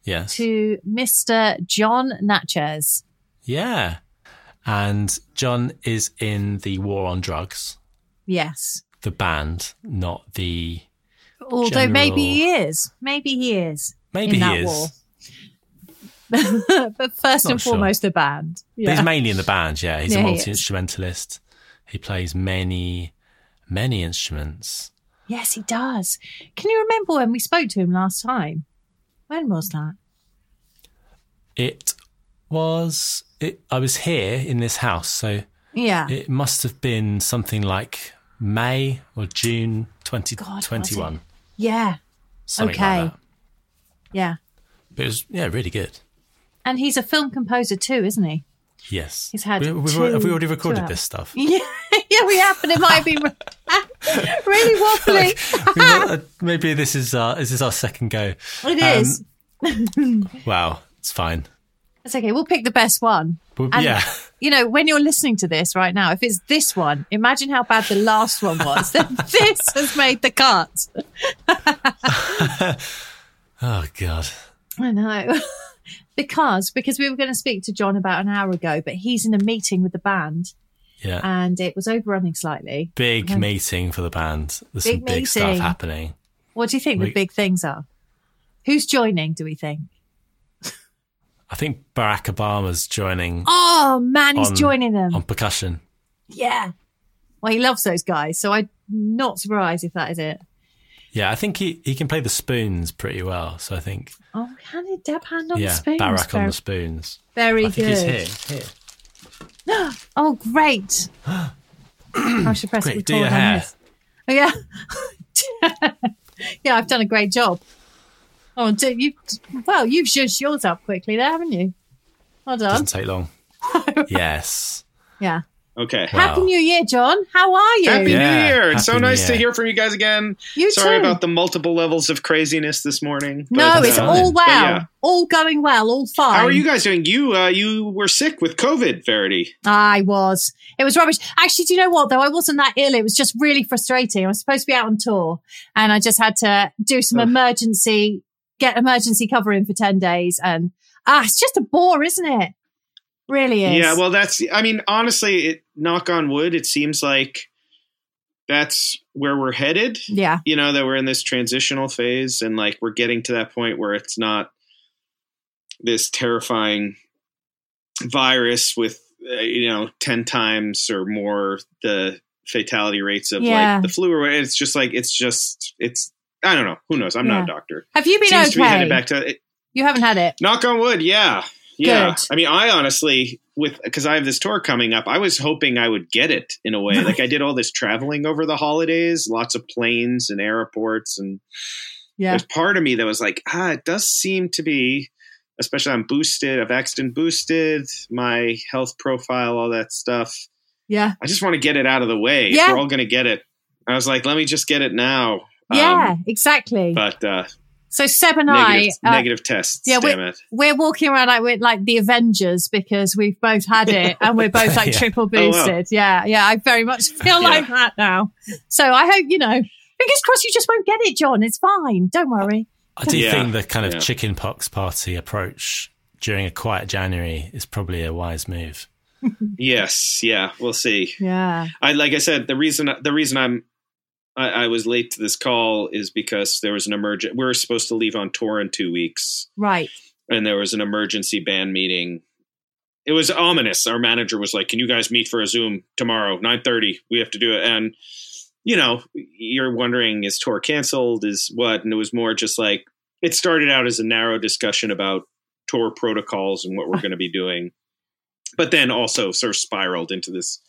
Speaker 2: Yes.
Speaker 1: To Mr. John Natchez.
Speaker 2: Yeah. And John is in the war on drugs,
Speaker 1: Yes.
Speaker 2: the band, not the
Speaker 1: Although
Speaker 2: General-
Speaker 1: maybe he is. Maybe he is.
Speaker 2: Maybe
Speaker 1: in
Speaker 2: he
Speaker 1: that
Speaker 2: is.
Speaker 1: war. but first
Speaker 2: Not
Speaker 1: and
Speaker 2: sure.
Speaker 1: foremost, the band.
Speaker 2: But
Speaker 1: Yeah.
Speaker 2: He's mainly in the band, yeah. He's
Speaker 1: Yeah,
Speaker 2: a
Speaker 1: he is.
Speaker 2: multi instrumentalist. He plays many, many instruments.
Speaker 1: yes, he does. Can you remember when we spoke to him last time? When was that?
Speaker 2: It was it I was here in this house, so
Speaker 1: Yeah.
Speaker 2: it must have been something like May or June twenty twenty
Speaker 1: was
Speaker 2: one.
Speaker 1: Yeah.
Speaker 2: Something like
Speaker 1: okay.
Speaker 2: that.
Speaker 1: Yeah.
Speaker 2: But it was yeah, really good.
Speaker 1: And he's a film composer too, isn't he?
Speaker 2: Yes.
Speaker 1: He's had
Speaker 2: we, we've,
Speaker 1: two-
Speaker 2: have we already
Speaker 1: two
Speaker 2: recorded
Speaker 1: albums.
Speaker 2: this stuff?
Speaker 1: Yeah, yeah, we have, but it might have been really waffly.
Speaker 2: We might- uh, Maybe this is our this is our second go.
Speaker 1: It
Speaker 2: Um,
Speaker 1: is.
Speaker 2: Wow, it's fine.
Speaker 1: That's okay. We'll pick the best one.
Speaker 2: Well,
Speaker 1: And,
Speaker 2: yeah.
Speaker 1: You know, when you're listening to this right now, if it's this one, imagine how bad the last one was. Then this has made the cut.
Speaker 2: Oh god.
Speaker 1: I know. because because we were going to speak to John about an hour ago, but he's in a meeting with the band
Speaker 2: Yeah.
Speaker 1: and it was overrunning slightly.
Speaker 2: big
Speaker 1: Okay.
Speaker 2: meeting for the band. There's some
Speaker 1: Big
Speaker 2: big stuff
Speaker 1: meeting.
Speaker 2: happening.
Speaker 1: What do you think
Speaker 2: We-
Speaker 1: the big things are? Who's joining, do we think?
Speaker 2: I think Barack Obama's joining.
Speaker 1: Oh man, he's
Speaker 2: on-
Speaker 1: joining them.
Speaker 2: on percussion.
Speaker 1: Yeah. Well, he loves those guys, so I'm not surprised if that is it.
Speaker 2: Yeah, I think he, he can play the spoons pretty well. So I think
Speaker 1: Oh, can he dab hand on
Speaker 2: yeah,
Speaker 1: Oh, the spoons?
Speaker 2: Barack on
Speaker 1: Very-
Speaker 2: the spoons.
Speaker 1: Very
Speaker 2: I think he's
Speaker 1: good.
Speaker 2: here. Here,
Speaker 1: Oh, great. I should press
Speaker 2: Quick,
Speaker 1: record
Speaker 2: do your
Speaker 1: on
Speaker 2: hair.
Speaker 1: this. Oh, yeah. yeah, I've done a great job. Oh, do you? Well, you've zhuzhed yours up quickly there, haven't you? Well done.
Speaker 2: doesn't take long. yes.
Speaker 1: Yeah.
Speaker 8: Okay.
Speaker 1: Happy New Year, John. How are you?
Speaker 8: Happy New Year! It's so
Speaker 2: Happy New
Speaker 8: nice to
Speaker 2: Year.
Speaker 8: hear from you guys again.
Speaker 1: You
Speaker 8: Sorry
Speaker 1: too.
Speaker 8: about the multiple levels of craziness this morning.
Speaker 1: No,
Speaker 8: but,
Speaker 1: it's
Speaker 8: uh,
Speaker 1: all well, Um,
Speaker 8: but yeah.
Speaker 1: all going well, all fine.
Speaker 8: How are you guys doing? You uh, you were sick with COVID, Verity.
Speaker 1: I was. It was rubbish. Actually, do you know what though? I wasn't that ill. It was just really frustrating. I was supposed to be out on tour and I just had to do some emergency, get emergency cover in for 10 days. And ah, it's just a bore, isn't it? Really is.
Speaker 8: Yeah, well, that's. I mean, honestly, it, knock on wood, it seems like that's where we're headed.
Speaker 1: yeah.
Speaker 8: You know that we're in this transitional phase, and like we're getting to that point where it's not this terrifying virus with uh, you know ten times or more the fatality rates of
Speaker 1: Yeah.
Speaker 8: like the flu or what- it's just like it's just it's I don't know who knows I'm not
Speaker 1: Yeah.
Speaker 8: a doctor.
Speaker 1: Have you been
Speaker 8: Seems
Speaker 1: okay?
Speaker 8: to be headed back to it,
Speaker 1: you haven't had it.
Speaker 8: Knock on wood, yeah. Yeah.
Speaker 1: Good.
Speaker 8: I mean, I honestly with cuz I have this tour coming up, I was hoping I would get it in a way. Like I did all this traveling over the holidays, lots of planes and airports and
Speaker 1: Yeah.
Speaker 8: there's part of me that was like, ah, it does seem to be especially I'm boosted, I've vaxxed and boosted, my health profile, all that stuff.
Speaker 1: Yeah.
Speaker 8: I just want to get it out of the way. If
Speaker 1: Yeah.
Speaker 8: We're all going to get it. I was like, let me just get it now. Um,
Speaker 1: Yeah, exactly.
Speaker 8: but uh,
Speaker 1: So Seb and
Speaker 8: negative,
Speaker 1: I, uh,
Speaker 8: negative tests.
Speaker 1: yeah,
Speaker 8: damn
Speaker 1: we're,
Speaker 8: it.
Speaker 1: we're walking around like we're like the Avengers because we've both had it and we're both like
Speaker 8: Yeah.
Speaker 1: triple
Speaker 8: Oh, wow.
Speaker 1: boosted. Yeah, yeah, I very much feel
Speaker 8: Yeah.
Speaker 1: like that now. So I hope you know. Fingers crossed, you just won't get it, John. It's fine. Don't worry.
Speaker 2: I do
Speaker 8: Yeah,
Speaker 2: think the kind of
Speaker 8: yeah.
Speaker 2: chickenpox party approach during a quiet January is probably a wise move.
Speaker 8: Yes, yeah, we'll see.
Speaker 1: Yeah,
Speaker 8: I like I said, the reason the reason I'm I, I was late to this call is because there was an emergent. We were supposed to leave on tour in two weeks,
Speaker 1: Right.
Speaker 8: and there was an emergency band meeting. It was ominous. Our manager was like, "Can you guys meet for a Zoom tomorrow, nine thirty? We have to do it." And you know, you're wondering, is tour canceled? Is what? And it was more just like it started out as a narrow discussion about tour protocols and what we're going to be doing, but then also sort of spiraled into this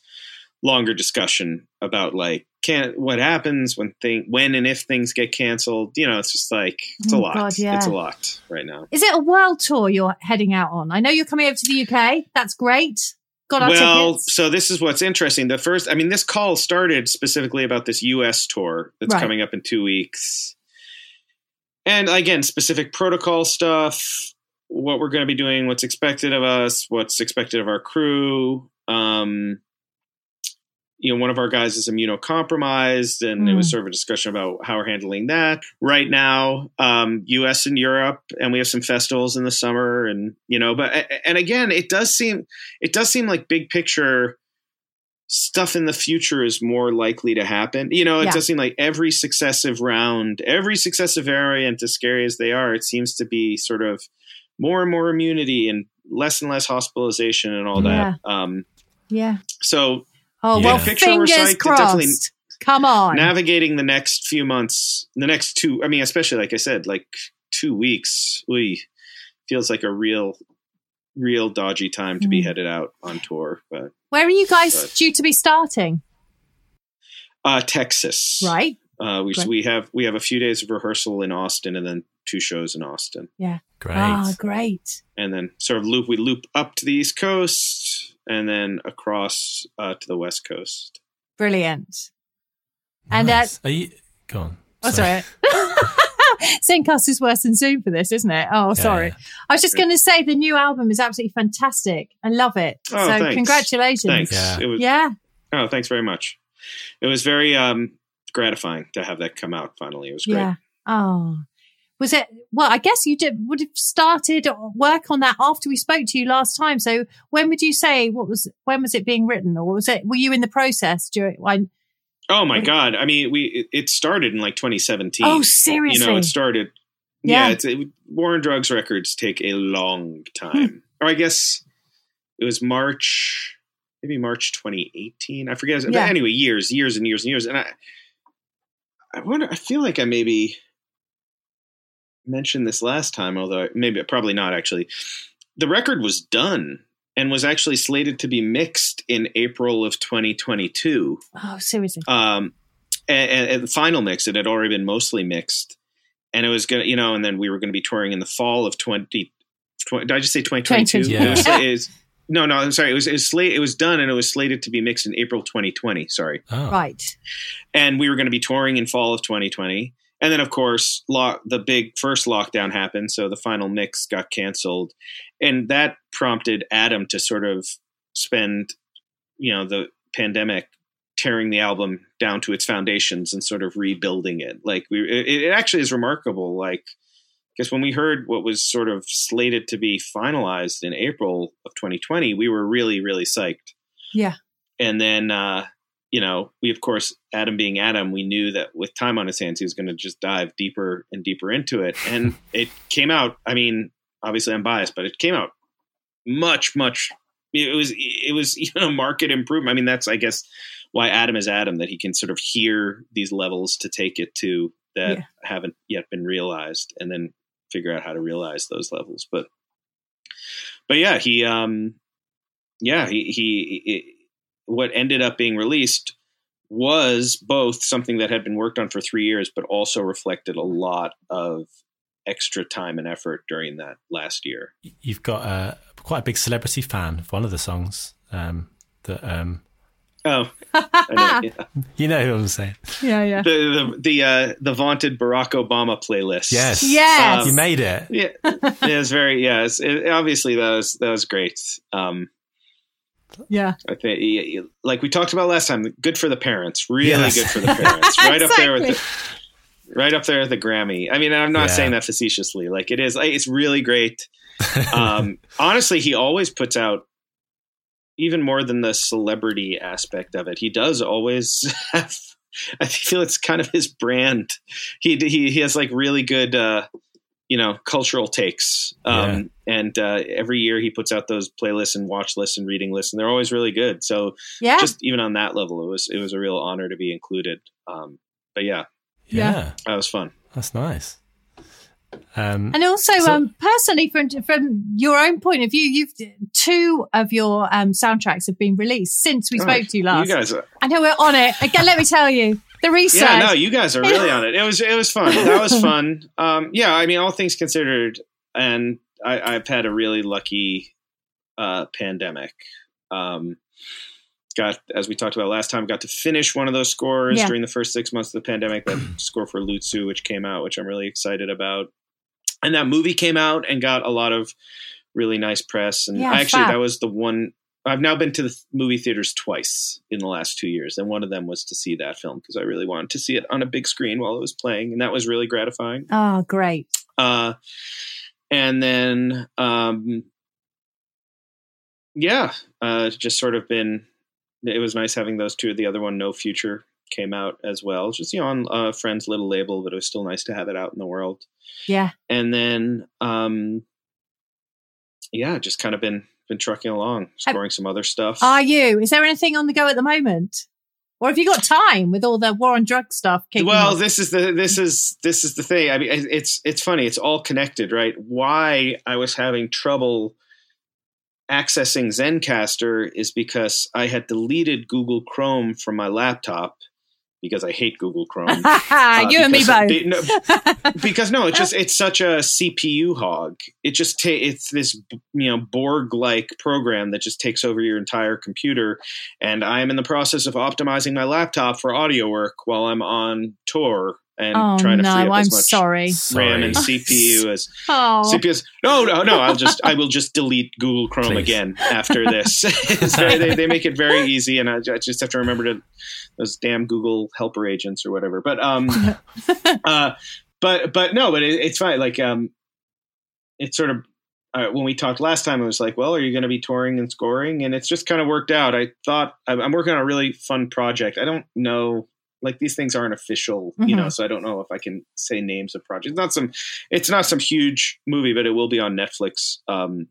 Speaker 8: longer discussion about like can what happens when thing when and if things get canceled. You know, it's just like it's a
Speaker 1: Oh,
Speaker 8: lot.
Speaker 1: God, yeah.
Speaker 8: It's a lot right now.
Speaker 1: Is it a world tour you're heading out on? I know you're coming over to the UK. That's great. Got our
Speaker 8: well,
Speaker 1: tickets.
Speaker 8: so this is what's interesting. The first, I mean, this call started specifically about this U.S. tour that's
Speaker 1: Right.
Speaker 8: coming up in two weeks, and again, specific protocol stuff, what we're going to be doing, what's expected of us, what's expected of our crew. Um, you know, one of our guys is immunocompromised, and it was
Speaker 9: Mm.
Speaker 8: sort of a discussion about how we're handling that right now. Um, U.S. and Europe, and we have some festivals in the summer, and you know, but and again, it does seem it does seem like big picture stuff in the future is more likely to happen. You know, it
Speaker 9: Yeah.
Speaker 8: does seem like every successive round, every successive variant, as scary as they are, it seems to be sort of more and more immunity and less and less hospitalization and all that. Um,
Speaker 1: yeah.
Speaker 8: so,
Speaker 1: Oh,
Speaker 8: big
Speaker 1: well,
Speaker 8: picture, we're psyched.
Speaker 1: fingers
Speaker 8: It definitely-
Speaker 1: crossed. Come on.
Speaker 8: navigating the next few months, the next two, I mean, especially like I said, like two weeks, we feels like a real, real dodgy time to be
Speaker 1: Mm.
Speaker 8: headed out on tour. But
Speaker 1: Where are you guys
Speaker 8: But-
Speaker 1: due to be starting?
Speaker 8: uh, Texas,
Speaker 1: Right.
Speaker 8: Uh, we,
Speaker 1: Great.
Speaker 8: we have we have a few days of rehearsal in Austin, and then two shows in Austin,
Speaker 1: Yeah.
Speaker 2: Great.
Speaker 1: Ah, great.
Speaker 8: and then sort of loop we loop up to the East Coast, and then across uh, to the West Coast.
Speaker 1: Brilliant. And uh,
Speaker 2: Are you? Go on.
Speaker 1: Oh, sorry. Syncast is worse than Zoom for this, isn't it? Oh, sorry.
Speaker 2: yeah.
Speaker 1: I was just going to say the new album is absolutely fantastic. I love it. so,
Speaker 8: Oh, thanks.
Speaker 1: congratulations.
Speaker 8: Thanks.
Speaker 1: Yeah.
Speaker 8: It was- Oh, thanks very much. It was very um, gratifying to have that come out finally. It was great.
Speaker 1: Yeah. Oh, was it? Well, I guess you did would have started work on that after we spoke to you last time. So when would you say what was when was it being written, or was it were you in the process during? When,
Speaker 8: Oh my god! I mean, we it- it started in like 2017.
Speaker 1: Oh,
Speaker 8: You know,
Speaker 1: seriously?
Speaker 8: it started.
Speaker 1: Yeah.
Speaker 8: Yeah, it's, it, War and Drugs records take a long time. or I guess it was March, maybe March 2018. I forget. But
Speaker 9: Yeah.
Speaker 8: anyway, years, years, and years and years. And I, I wonder. I feel like I maybe mentioned this last time, although maybe probably not actually. The record was done and was actually slated to be mixed in April of 2022
Speaker 1: oh, seriously.
Speaker 8: um, and, and, and the final mix, it had already been mostly mixed, and it was gonna, you know, and then we were gonna be touring in the fall of twenty. 20 did I just say twenty twenty two?
Speaker 9: 2022. Yeah.
Speaker 8: No, no, I'm sorry. It was it was, slate, it was done, and it was slated to be mixed in April twenty twenty. Sorry,
Speaker 2: Oh,
Speaker 1: Right.
Speaker 8: and we were going to be touring in fall of 2020 and then of course lock, the big first lockdown happened so the final mix got canceled and that prompted adam to sort of spend you know the pandemic tearing the album down to its foundations and sort of rebuilding it like we it, it actually is remarkable like because when we heard what was sort of slated to be finalized in april of 2020 we were really really psyched
Speaker 1: Yeah.
Speaker 8: and then uh, you know we of course adam being adam we knew that with time on his hands he was going to just dive deeper and deeper into it and it came out i mean obviously i'm biased but it came out much much it was it was you know market improvement i mean that's i guess why adam is adam that he can sort of hear these levels to take it to that
Speaker 9: Yeah.
Speaker 8: haven't yet been realized and then figure out how to realize those levels but but yeah he um yeah he he, he what ended up being released was both something that had been worked on for three years, but also reflected a lot of extra time and effort during that last year.
Speaker 2: You've got uh, quite a big celebrity fan of one of the songs um, that um,
Speaker 8: Oh, I know, yeah.
Speaker 2: you know who I'm saying.
Speaker 1: Yeah, yeah.
Speaker 8: the the the, uh, the vaunted Barack Obama playlist. Um,
Speaker 2: Yes.
Speaker 8: Oh.
Speaker 1: Yes.
Speaker 2: You made it.
Speaker 8: Yeah, it was very yeah. It's, it, obviously, that was that was great. Um,
Speaker 1: Yeah.
Speaker 8: I think, y- y- like we talked about last time, good for the parents. Really
Speaker 9: Yes.
Speaker 8: good for the parents. Right up there with
Speaker 9: Exactly.
Speaker 8: the, right up there with the Grammy. I mean, I'm not
Speaker 9: Yeah.
Speaker 8: saying that facetiously. Like it is, like, it's really great. Um, honestly, he always puts out even more than the celebrity aspect of it. He does always have I feel it's kind of his brand. He he he has like really good uh, you know cultural takes. Um, And uh, every year he puts out those playlists and watch lists and reading lists, and they're always really good. So
Speaker 1: Yeah.
Speaker 8: just even on that level, it was it was a real honor to be included. Um, but yeah,
Speaker 2: Yeah. Yeah.
Speaker 8: that was fun.
Speaker 2: That's nice. Um,
Speaker 1: And also,
Speaker 2: so-
Speaker 1: um, personally, from from your own point of view, you've two of your um, soundtracks have been released since we
Speaker 8: Gosh,
Speaker 1: spoke to you last.
Speaker 8: You guys are,
Speaker 1: I know we're on it again. let me tell you, the research.
Speaker 8: Yeah, no, you guys are really on it. It was it was fun. That was fun. Um, yeah, I mean, all things considered, and I, I've had a really lucky uh, pandemic. Um, got as we talked about last time, got to finish one of those scores
Speaker 9: Yeah.
Speaker 8: during the first six months of the pandemic. That score for Lutsu, which came out, which I'm really excited about. And that movie came out and got a lot of really nice press. And
Speaker 9: Yeah,
Speaker 8: I actually,
Speaker 9: fab.
Speaker 8: that was the one. I've now been to the th- movie theaters twice in the last two years, and one of them was to see that film because I really wanted to see it on a big screen while it was playing, and that was really gratifying.
Speaker 1: Oh, great.
Speaker 8: Uh, and then, um, yeah, uh, just sort of been. It was nice having those two. The other one, No Future, came out as well. Just you know, on a friend's little label, but it was still nice to have it out in the world
Speaker 1: Yeah.
Speaker 8: and then um yeah just kind of been been trucking along scoring some other stuff
Speaker 1: Are you? Is there anything on the go at the moment, or have you got time with all the war on drug stuff? Kicking
Speaker 8: well
Speaker 1: off?
Speaker 8: this is the this is this is the thing i mean it- it's it's funny it's all connected right why i was having trouble accessing zencaster is because i had deleted google chrome from my laptop because i hate google chrome Uh,
Speaker 1: you and me
Speaker 8: because-
Speaker 1: both.
Speaker 8: they- no, because no, it just it's such a CPU hog. It just ta- it's this you know Borg like program that just takes over your entire computer. And I am in the process of optimizing my laptop for audio work while I'm on tour and
Speaker 1: oh
Speaker 8: trying to
Speaker 1: no,
Speaker 8: free up
Speaker 1: I'm
Speaker 8: as much
Speaker 1: sorry.
Speaker 8: RAM and CPU as
Speaker 1: Oh,
Speaker 8: CPUs. No, no, no. I'll just I will just delete Google Chrome
Speaker 9: Please.
Speaker 8: again after this. It's very- they, they make it very easy, and I ju- I just have to remember to those damn Google helper agents or whatever. But um, uh, but but no, but it, it's fine. Like um, it's sort of. Uh, when we talked last time, it was like, "Well, are you going to be touring and scoring?" And it's just kind of worked out. I thought I'm I'm working on a really fun project. I don't know, like these things aren't official, you know,
Speaker 9: Mhm.
Speaker 8: so I don't know if I can say names of projects. Not some it's not some huge movie, but it will be on Netflix. Um,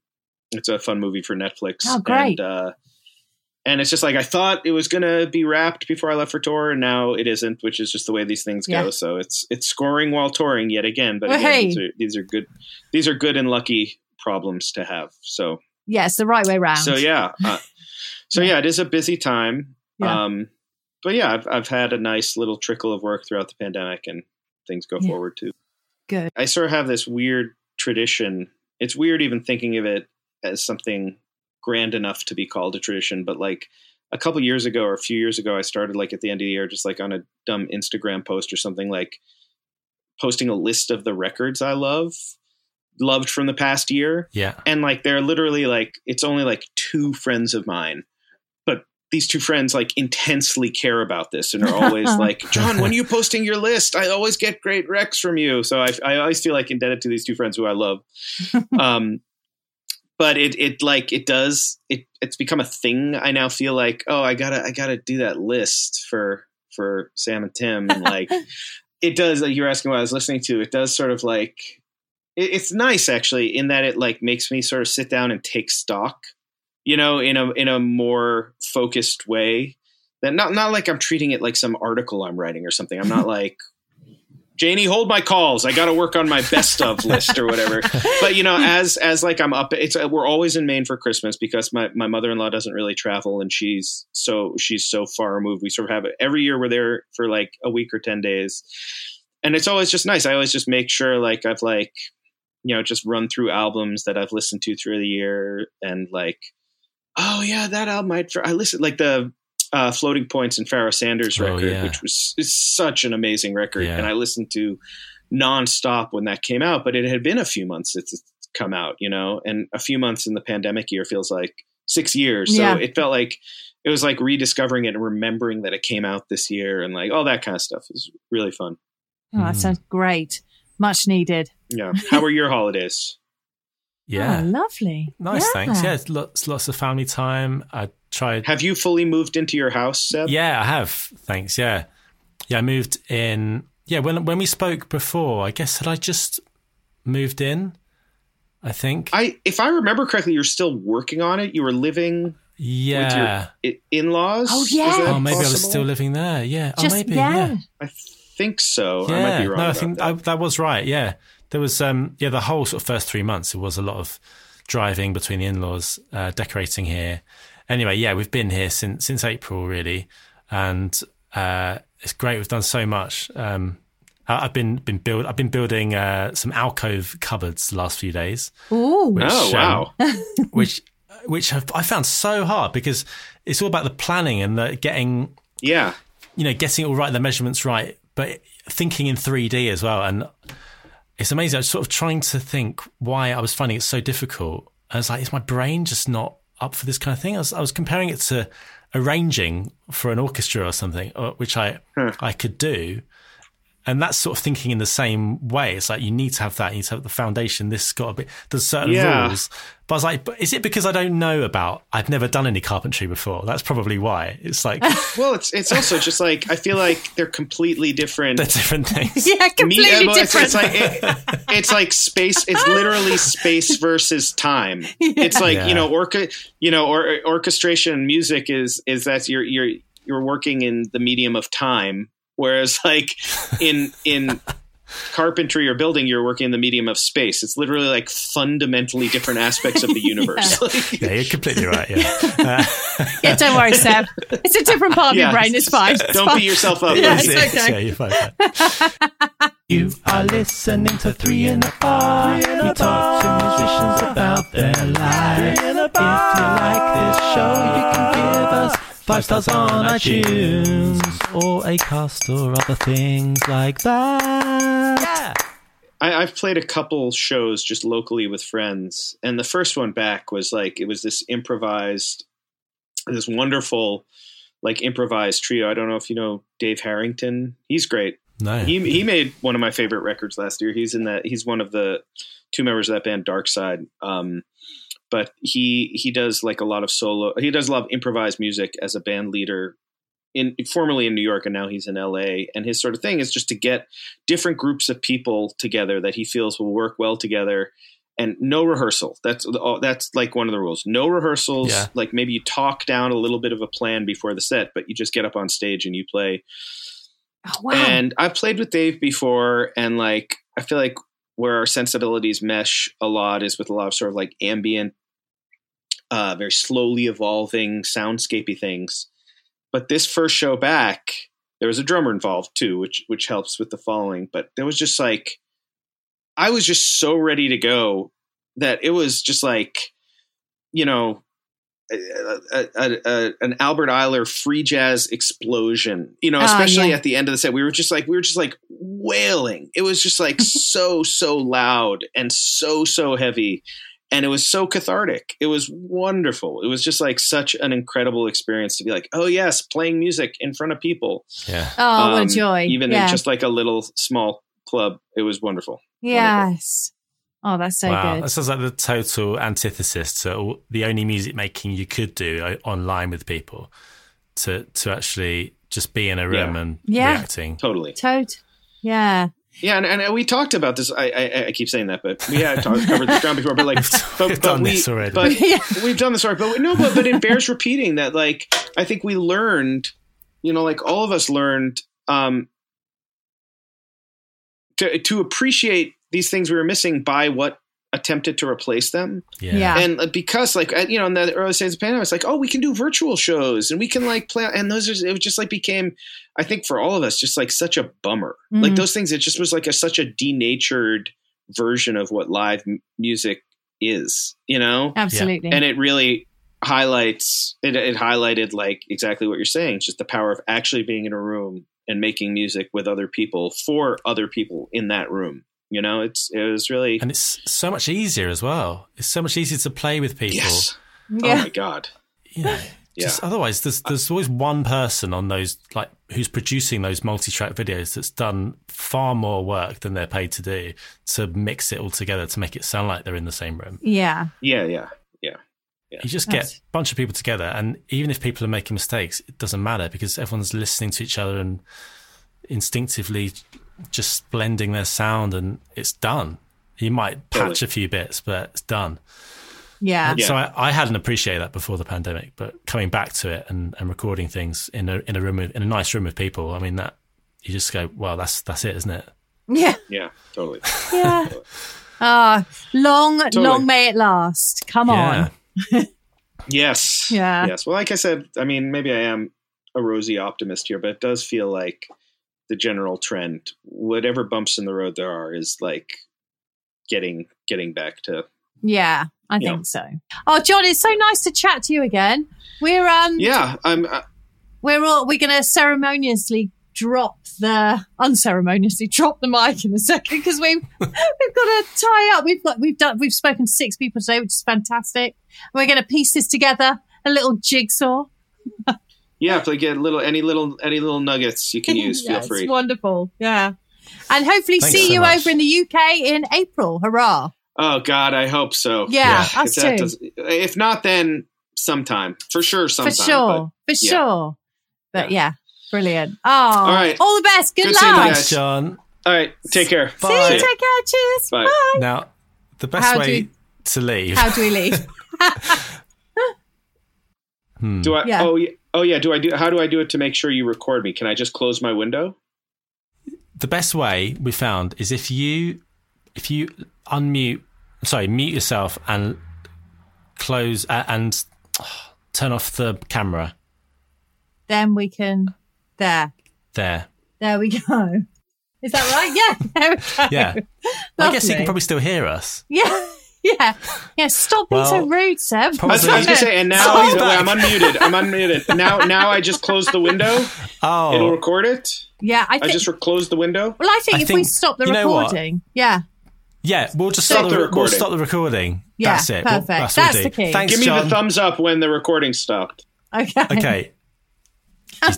Speaker 8: it's a fun movie for Netflix.
Speaker 9: Oh, great.
Speaker 8: And, uh, and it's just like I thought it was gonna be wrapped before I left for tour, and now it isn't, which is just the way these things
Speaker 9: Yeah.
Speaker 8: go. So it's it's scoring while touring yet again. But again,
Speaker 1: Hey.
Speaker 8: these, are, these are good these are good and lucky problems to have. So
Speaker 1: yeah, it's the right way round.
Speaker 8: so yeah, uh, so yeah, it is a busy time.
Speaker 1: Yeah.
Speaker 8: Um, but yeah, I've I've had a nice little trickle of work throughout the pandemic, and things go
Speaker 1: Yeah.
Speaker 8: forward too.
Speaker 1: Good.
Speaker 8: I sort of have this weird tradition. It's weird even thinking of it as something grand enough to be called a tradition, but like a couple years ago or a few years ago, I started like at the end of the year, just like on a dumb Instagram post or something, like posting a list of the records I love, loved from the past year.
Speaker 2: Yeah.
Speaker 8: And like they're literally like it's only like two friends of mine. But these two friends like intensely care about this and are always like, John, when are you posting your list? I always get great recs from you. So I, I always feel like indebted to these two friends who I love. Um, but it it like it does it it's become a thing. I now feel like oh I gotta I gotta do that list for for Sam and Tim and like it does like you were asking what I was listening to. It does sort of like it, it's nice actually in that it like makes me sort of sit down and take stock, you know, in a in a more focused way. That not not like I'm treating it like some article I'm writing or something. I'm not like Janie, hold my calls. I got to work on my best of list or whatever. But you know, as as like I'm up, it's uh, we're always in Maine for Christmas because my my mother in law doesn't really travel, and she's so she's so far removed. We sort of have it every year. We're there for like a week or ten days, and it's always just nice. I always just make sure like I've like you know just run through albums that I've listened to through the year and like oh yeah that album I I listened like the. Uh, floating points and Pharoah Sanders
Speaker 9: Oh,
Speaker 8: record,
Speaker 9: yeah.
Speaker 8: which was is such an amazing record,
Speaker 9: Yeah.
Speaker 8: and I listened to nonstop when that came out, but it had been a few months since it's come out, you know, and a few months in the pandemic year feels like six years. So
Speaker 9: Yeah.
Speaker 8: it felt like it was like rediscovering it and remembering that it came out this year and like all that kind of stuff It was really fun.
Speaker 1: Oh, that
Speaker 2: Mm.
Speaker 1: sounds great. Much needed.
Speaker 8: Yeah. How were your holidays?
Speaker 2: Yeah.
Speaker 1: Oh, lovely.
Speaker 2: Nice, thanks. Yeah, it's lots, lots of family time. I tried.
Speaker 8: Have you fully moved into your house, Seb?
Speaker 2: Yeah, I have. Thanks. Yeah, Yeah, I moved in. Yeah, when when we spoke before, I guess had I just moved in? I think.
Speaker 8: I, if I remember correctly, you're still working on it. You were living
Speaker 2: Yeah.
Speaker 8: with your i- in-laws.
Speaker 2: Oh,
Speaker 8: Is
Speaker 2: yeah.
Speaker 8: that
Speaker 2: Oh, maybe I was
Speaker 8: possible?
Speaker 2: still living there. Yeah.
Speaker 8: Just
Speaker 2: oh, maybe.
Speaker 8: then.
Speaker 2: Yeah.
Speaker 8: I think so.
Speaker 2: Yeah.
Speaker 8: I might be wrong.
Speaker 2: no, I
Speaker 8: about
Speaker 2: think
Speaker 8: that.
Speaker 2: I, that was right. Yeah. There was um yeah the whole sort of first three months it was a lot of driving between the in-laws, uh, decorating here. Anyway, yeah, we've been here since since April really, and uh, it's great. We've done so much. Um, I- I've been been build I've been building uh, some alcove cupboards the last few days.
Speaker 1: Ooh.
Speaker 2: Which,
Speaker 8: Oh, wow.
Speaker 2: um, which which have, I found so hard because it's all about the planning and the getting
Speaker 8: yeah
Speaker 2: you know getting it all right the measurements right but thinking in 3D as well and it's amazing I was sort of trying to think why I was finding it so difficult I was like is my brain just not up for this kind of thing I was, I was comparing it to arranging for an orchestra or something uh, which I I could do and that's sort of thinking in the same way. It's like you need to have that. You need to have the foundation. This got to be there's certain
Speaker 8: Yeah.
Speaker 2: rules. But I was like, but is it because I don't know about? I've never done any carpentry before. That's probably why. It's like
Speaker 8: well, it's it's also just like I feel like they're completely different. They're
Speaker 2: different things.
Speaker 1: Yeah,
Speaker 8: Me,
Speaker 1: completely
Speaker 8: Emma, it's, it's like
Speaker 1: different.
Speaker 8: it- it's like space. It's literally space versus time. It's like
Speaker 2: Yeah.
Speaker 8: you know, orca, you know, or, orchestration and music is is that you're you're you're working in the medium of time, whereas like in in carpentry or building, you're working in the medium of space. It's literally like fundamentally different aspects of the universe.
Speaker 2: yeah, you're completely right. Yeah, Uh,
Speaker 1: yeah, don't worry, Seb. It's a different part of
Speaker 2: Yeah.
Speaker 1: your brain. It's fine. It's
Speaker 2: Don't
Speaker 1: fine.
Speaker 2: beat yourself up.
Speaker 1: Yeah,
Speaker 2: That's
Speaker 1: it's
Speaker 2: it.
Speaker 1: okay.
Speaker 2: Yeah, you're fine. you are listening to three in a bar. We talk to musicians about their lives. If you like this show, you can give us five stars on iTunes or Acast or other things like that.
Speaker 8: I, I've played a couple shows just locally with friends, and the first one back was like it was this improvised, this wonderful, like improvised trio. I don't know if you know Dave Harrington. He's great.
Speaker 2: No.
Speaker 8: He he made one of my favorite records last year. He's in that. He's one of the two members of that band, Dark Side. Um, but he he does like a lot of solo. He does a lot of improvised music as a band leader. In formerly in New York, and now he's in LA. And his sort of thing is just to get different groups of people together that he feels will work well together and no rehearsal that's oh, that's like one of the rules no rehearsals
Speaker 2: Yeah.
Speaker 8: like maybe you talk down a little bit of a plan before the set but you just get up on stage and you play
Speaker 1: Oh, wow.
Speaker 8: and i've played with dave before and like i feel like where our sensibilities mesh a lot is with a lot of sort of like ambient uh very slowly evolving soundscapey things but this first show back there was a drummer involved too which which helps with the following but there was just like i was just so ready to go that it was just like you know a, a, a, a- an albert eiler free jazz explosion you know
Speaker 9: Ah,
Speaker 8: especially
Speaker 9: yeah.
Speaker 8: at the end of the set we were just like we were just like wailing it was just like so so loud and so so heavy and it was so cathartic. It was wonderful. It was just like such an incredible experience to be like, oh yes, playing music in front of people. Um,
Speaker 2: Yeah.
Speaker 1: Oh, what a joy.
Speaker 8: Even
Speaker 1: Yeah.
Speaker 8: in just like a little small club, it was wonderful.
Speaker 1: Yes. Oh, that's so
Speaker 2: wow,
Speaker 1: good.
Speaker 2: that sounds like the total antithesis to all, the only music making you could do o- online with people. To to actually just be in a room and
Speaker 1: Yeah.
Speaker 2: reacting
Speaker 8: totally.
Speaker 1: Toad. Yeah.
Speaker 8: Yeah, and, and we talked about this. I, I I keep saying that, but we had talked, covered this ground before. But like, but,
Speaker 2: We've
Speaker 8: but
Speaker 2: done
Speaker 8: we,
Speaker 2: this already.
Speaker 8: but we've done this already. But we- no, but but it bears repeating that. Like, I think we learned, you know, like all of us learned um, to to appreciate these things we were missing by what attempted to replace them.
Speaker 2: Yeah.
Speaker 9: Yeah.
Speaker 8: And uh, because like at, you know in the early stages of the pandemic, it's like oh we can do virtual shows and we can like play and those are it just like became I think for all of us just like such a bummer. Like
Speaker 1: Mm-hmm. Mm.
Speaker 9: Mhm.
Speaker 8: those things it just was like a such a denatured version of what live m- music is, you know?
Speaker 9: Absolutely.
Speaker 8: And it really highlights it it highlighted like exactly what you're saying, just the power of actually being in a room and making music with other people for other people in that room. You know, it's it was really
Speaker 2: and it's so much easier as well. It's so much easier to play with people.
Speaker 8: Yes.
Speaker 1: Yeah.
Speaker 8: Oh my god.
Speaker 2: You know, just otherwise, there's there's always one person on those like who's producing those multi-track videos that's done far more work than they're paid to do to mix it all together to make it sound like they're in the same room.
Speaker 1: Yeah.
Speaker 8: Yeah, yeah, yeah.
Speaker 2: You just
Speaker 1: That's-
Speaker 2: get a bunch of people together, and even if people are making mistakes, it doesn't matter because everyone's listening to each other and instinctively just blending their sound and it's done. You might patch a few bits, but it's done.
Speaker 1: Yeah.
Speaker 2: So I, I hadn't appreciated that before the pandemic, but coming back to it and, and recording things in a in a room with, in a nice room with people, I mean that you just go, well, that's that's it, isn't it?
Speaker 1: Yeah.
Speaker 8: Yeah, totally.
Speaker 1: Yeah. Ah, long, long may it last. Come
Speaker 2: Yeah.
Speaker 1: on.
Speaker 8: Yes.
Speaker 1: Yeah.
Speaker 8: Yes. Well, like I said, I mean, maybe I am a rosy optimist here, but it does feel like the general trend, whatever bumps in the road there are, is like getting getting back to
Speaker 1: Yeah, I
Speaker 8: Yeah.
Speaker 1: think so. Oh, John, it's so nice to chat to you again. We're um
Speaker 8: yeah. I'm uh,
Speaker 1: we're all we're gonna ceremoniously drop the unceremoniously drop the mic in a second because we've we've got to tie up. We've got we've done we've spoken to six people today, which is fantastic. We're gonna piece this together a little jigsaw.
Speaker 8: yeah. If they get little any little any little nuggets you can use,
Speaker 1: Yeah,
Speaker 8: feel free.
Speaker 1: It's wonderful. Yeah. And hopefully
Speaker 8: Thanks
Speaker 1: see
Speaker 8: so
Speaker 1: you
Speaker 8: much.
Speaker 1: over in the UK in April. Hurrah.
Speaker 8: Oh God, I hope so.
Speaker 1: Yeah, us
Speaker 8: if, that
Speaker 1: too.
Speaker 8: does- if not, then sometime for sure. Sometime
Speaker 1: for sure,
Speaker 8: but
Speaker 1: for
Speaker 8: yeah.
Speaker 1: sure. But yeah, brilliant. Oh, all
Speaker 8: right.
Speaker 1: all the best. Good,
Speaker 8: Good
Speaker 1: luck.
Speaker 8: seeing you guys.
Speaker 2: Thanks, John.
Speaker 8: All right, take care.
Speaker 1: See you. Take care. Cheers. Bye.
Speaker 8: Bye.
Speaker 2: Now, the best
Speaker 1: How do
Speaker 2: way
Speaker 1: you-
Speaker 2: to leave.
Speaker 1: How do we leave?
Speaker 2: hmm.
Speaker 8: Do I?
Speaker 1: Yeah.
Speaker 8: Oh, yeah, oh yeah. Do I do? How do I do it to make sure you record me? Can I just close my window?
Speaker 2: the best way we found is if you if you unmute sorry mute yourself and close uh, and turn off the camera
Speaker 1: then we can. There,
Speaker 2: there
Speaker 1: there we go. Is that right? Yeah, there we go.
Speaker 2: yeah i guess you
Speaker 1: Lovely.
Speaker 2: can probably still hear us
Speaker 1: yeah, yeah, yeah. Stop being so
Speaker 2: Well,
Speaker 1: rude, Seb.
Speaker 8: I was, I was gonna say, and now
Speaker 1: Stop.
Speaker 8: wait, I'm unmuted. I'm unmuted. Now, now I just close the window.
Speaker 2: Oh,
Speaker 8: it'll record it.
Speaker 1: yeah, I
Speaker 8: I,
Speaker 1: think.
Speaker 8: just re- close the window.
Speaker 1: well, I think
Speaker 2: I
Speaker 1: if we
Speaker 2: think-
Speaker 1: stop the
Speaker 2: you know what?
Speaker 1: recording, yeah,
Speaker 2: yeah we'll just
Speaker 8: Stop
Speaker 2: stop, the,
Speaker 8: the
Speaker 2: we'll
Speaker 8: recording.
Speaker 2: stop the recording
Speaker 1: Yeah,
Speaker 2: that's it We'll-
Speaker 1: perfect.
Speaker 2: that's, what we'll
Speaker 1: That's
Speaker 2: do.
Speaker 1: the key.
Speaker 2: thanks
Speaker 8: Give me
Speaker 2: John
Speaker 8: the thumbs up when the recording stopped.
Speaker 1: okay,
Speaker 2: okay he's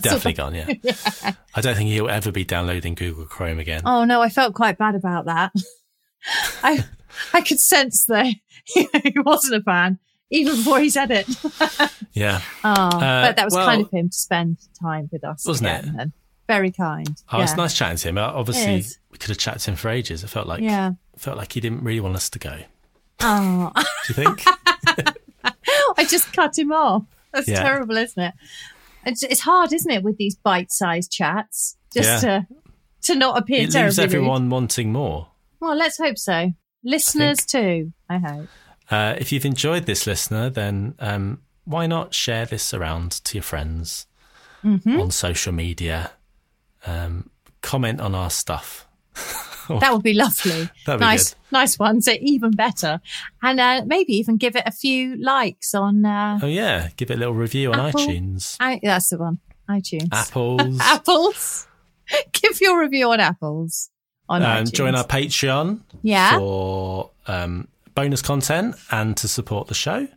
Speaker 1: That's
Speaker 2: definitely
Speaker 1: all-
Speaker 2: gone yeah i don't think he'll ever be downloading google chrome again
Speaker 1: Oh no, I felt quite bad about that. I I could sense that he wasn't a fan even before he said it.
Speaker 2: yeah
Speaker 1: Oh, but that was
Speaker 2: Uh, well-
Speaker 1: kind of him to spend time with us,
Speaker 2: Wasn't
Speaker 1: again
Speaker 2: it?
Speaker 1: then. Very kind.
Speaker 2: Oh, it's nice chatting to him. Uh,
Speaker 1: It
Speaker 2: Obviously,
Speaker 1: is.
Speaker 2: we could have chatted to him for ages. It felt like
Speaker 1: Yeah.
Speaker 2: felt like he didn't really want us to go. Do
Speaker 1: Oh,
Speaker 2: you think?
Speaker 1: I just cut him off. That's
Speaker 2: Yeah.
Speaker 1: terrible, isn't it? It's, it's hard, isn't it, with these bite-sized chats, just
Speaker 2: Yeah.
Speaker 1: to to not appear
Speaker 2: it
Speaker 1: terribly
Speaker 2: leaves
Speaker 1: rude.
Speaker 2: everyone wanting more.
Speaker 1: Well, let's hope so. Listeners too, I hope.
Speaker 2: Uh, if you've enjoyed this, listener, then um, why not share this around to your friends
Speaker 1: Mhm.
Speaker 2: on social media? Um, comment on our stuff.
Speaker 1: That would be lovely.
Speaker 2: That'd be
Speaker 1: nice,
Speaker 2: good.
Speaker 1: nice one. So even better, and uh, maybe even give it a few likes on. Uh,
Speaker 2: Oh yeah, give it a little review on
Speaker 1: Apple-
Speaker 2: iTunes,
Speaker 1: I, that's the one. iTunes.
Speaker 2: Ah. Apples.
Speaker 1: Apples. give your review on apples. On
Speaker 2: um,
Speaker 1: iTunes.
Speaker 2: join our Patreon
Speaker 1: Yeah.
Speaker 2: for um, bonus content and to support the show.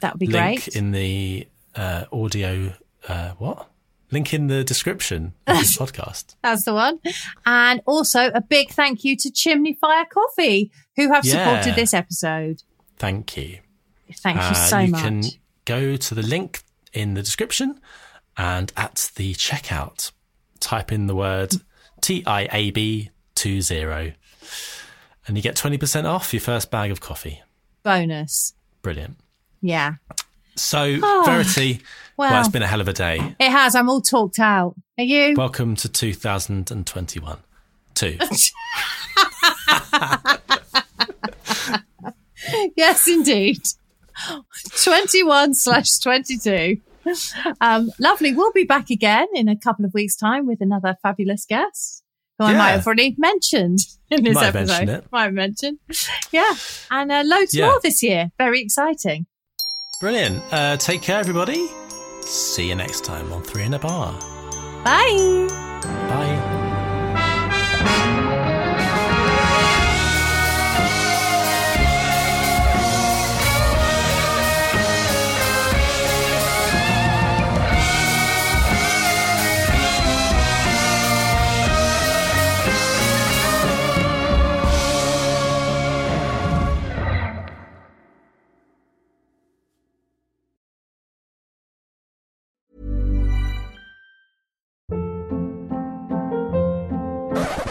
Speaker 1: That would be
Speaker 2: link
Speaker 1: great.
Speaker 2: in the uh, audio. Uh, what? Link in the description of this podcast.
Speaker 1: That's the one. And also a big thank you to Chimney Fire Coffee who have
Speaker 2: Yeah.
Speaker 1: supported this episode.
Speaker 2: Thank you.
Speaker 1: Thank you
Speaker 2: Uh,
Speaker 1: so
Speaker 2: you
Speaker 1: much.
Speaker 2: can go to the link in the description and at the checkout, type in the word TIAB20 and you get 20% off your first bag of coffee.
Speaker 1: Bonus.
Speaker 2: Brilliant.
Speaker 1: Yeah.
Speaker 2: So,
Speaker 1: Oh,
Speaker 2: Verity, well,
Speaker 1: well.
Speaker 2: it's been a hell of a day.
Speaker 1: It has. I'm all talked out. Are you?
Speaker 2: Welcome to 2021. Two.
Speaker 1: yes, indeed. 21 slash 22. Um, lovely. We'll be back again in a couple of weeks' time with another fabulous guest who I
Speaker 2: Yeah.
Speaker 1: might have already mentioned in this
Speaker 2: Might have
Speaker 1: episode.
Speaker 2: mentioned it.
Speaker 1: Might have mentioned. Yeah. And uh, loads
Speaker 2: Yeah.
Speaker 1: more this year. Very exciting.
Speaker 2: Brilliant. Uh, take care, everybody. See you next time on Three in a Bar.
Speaker 1: Bye.
Speaker 2: Bye.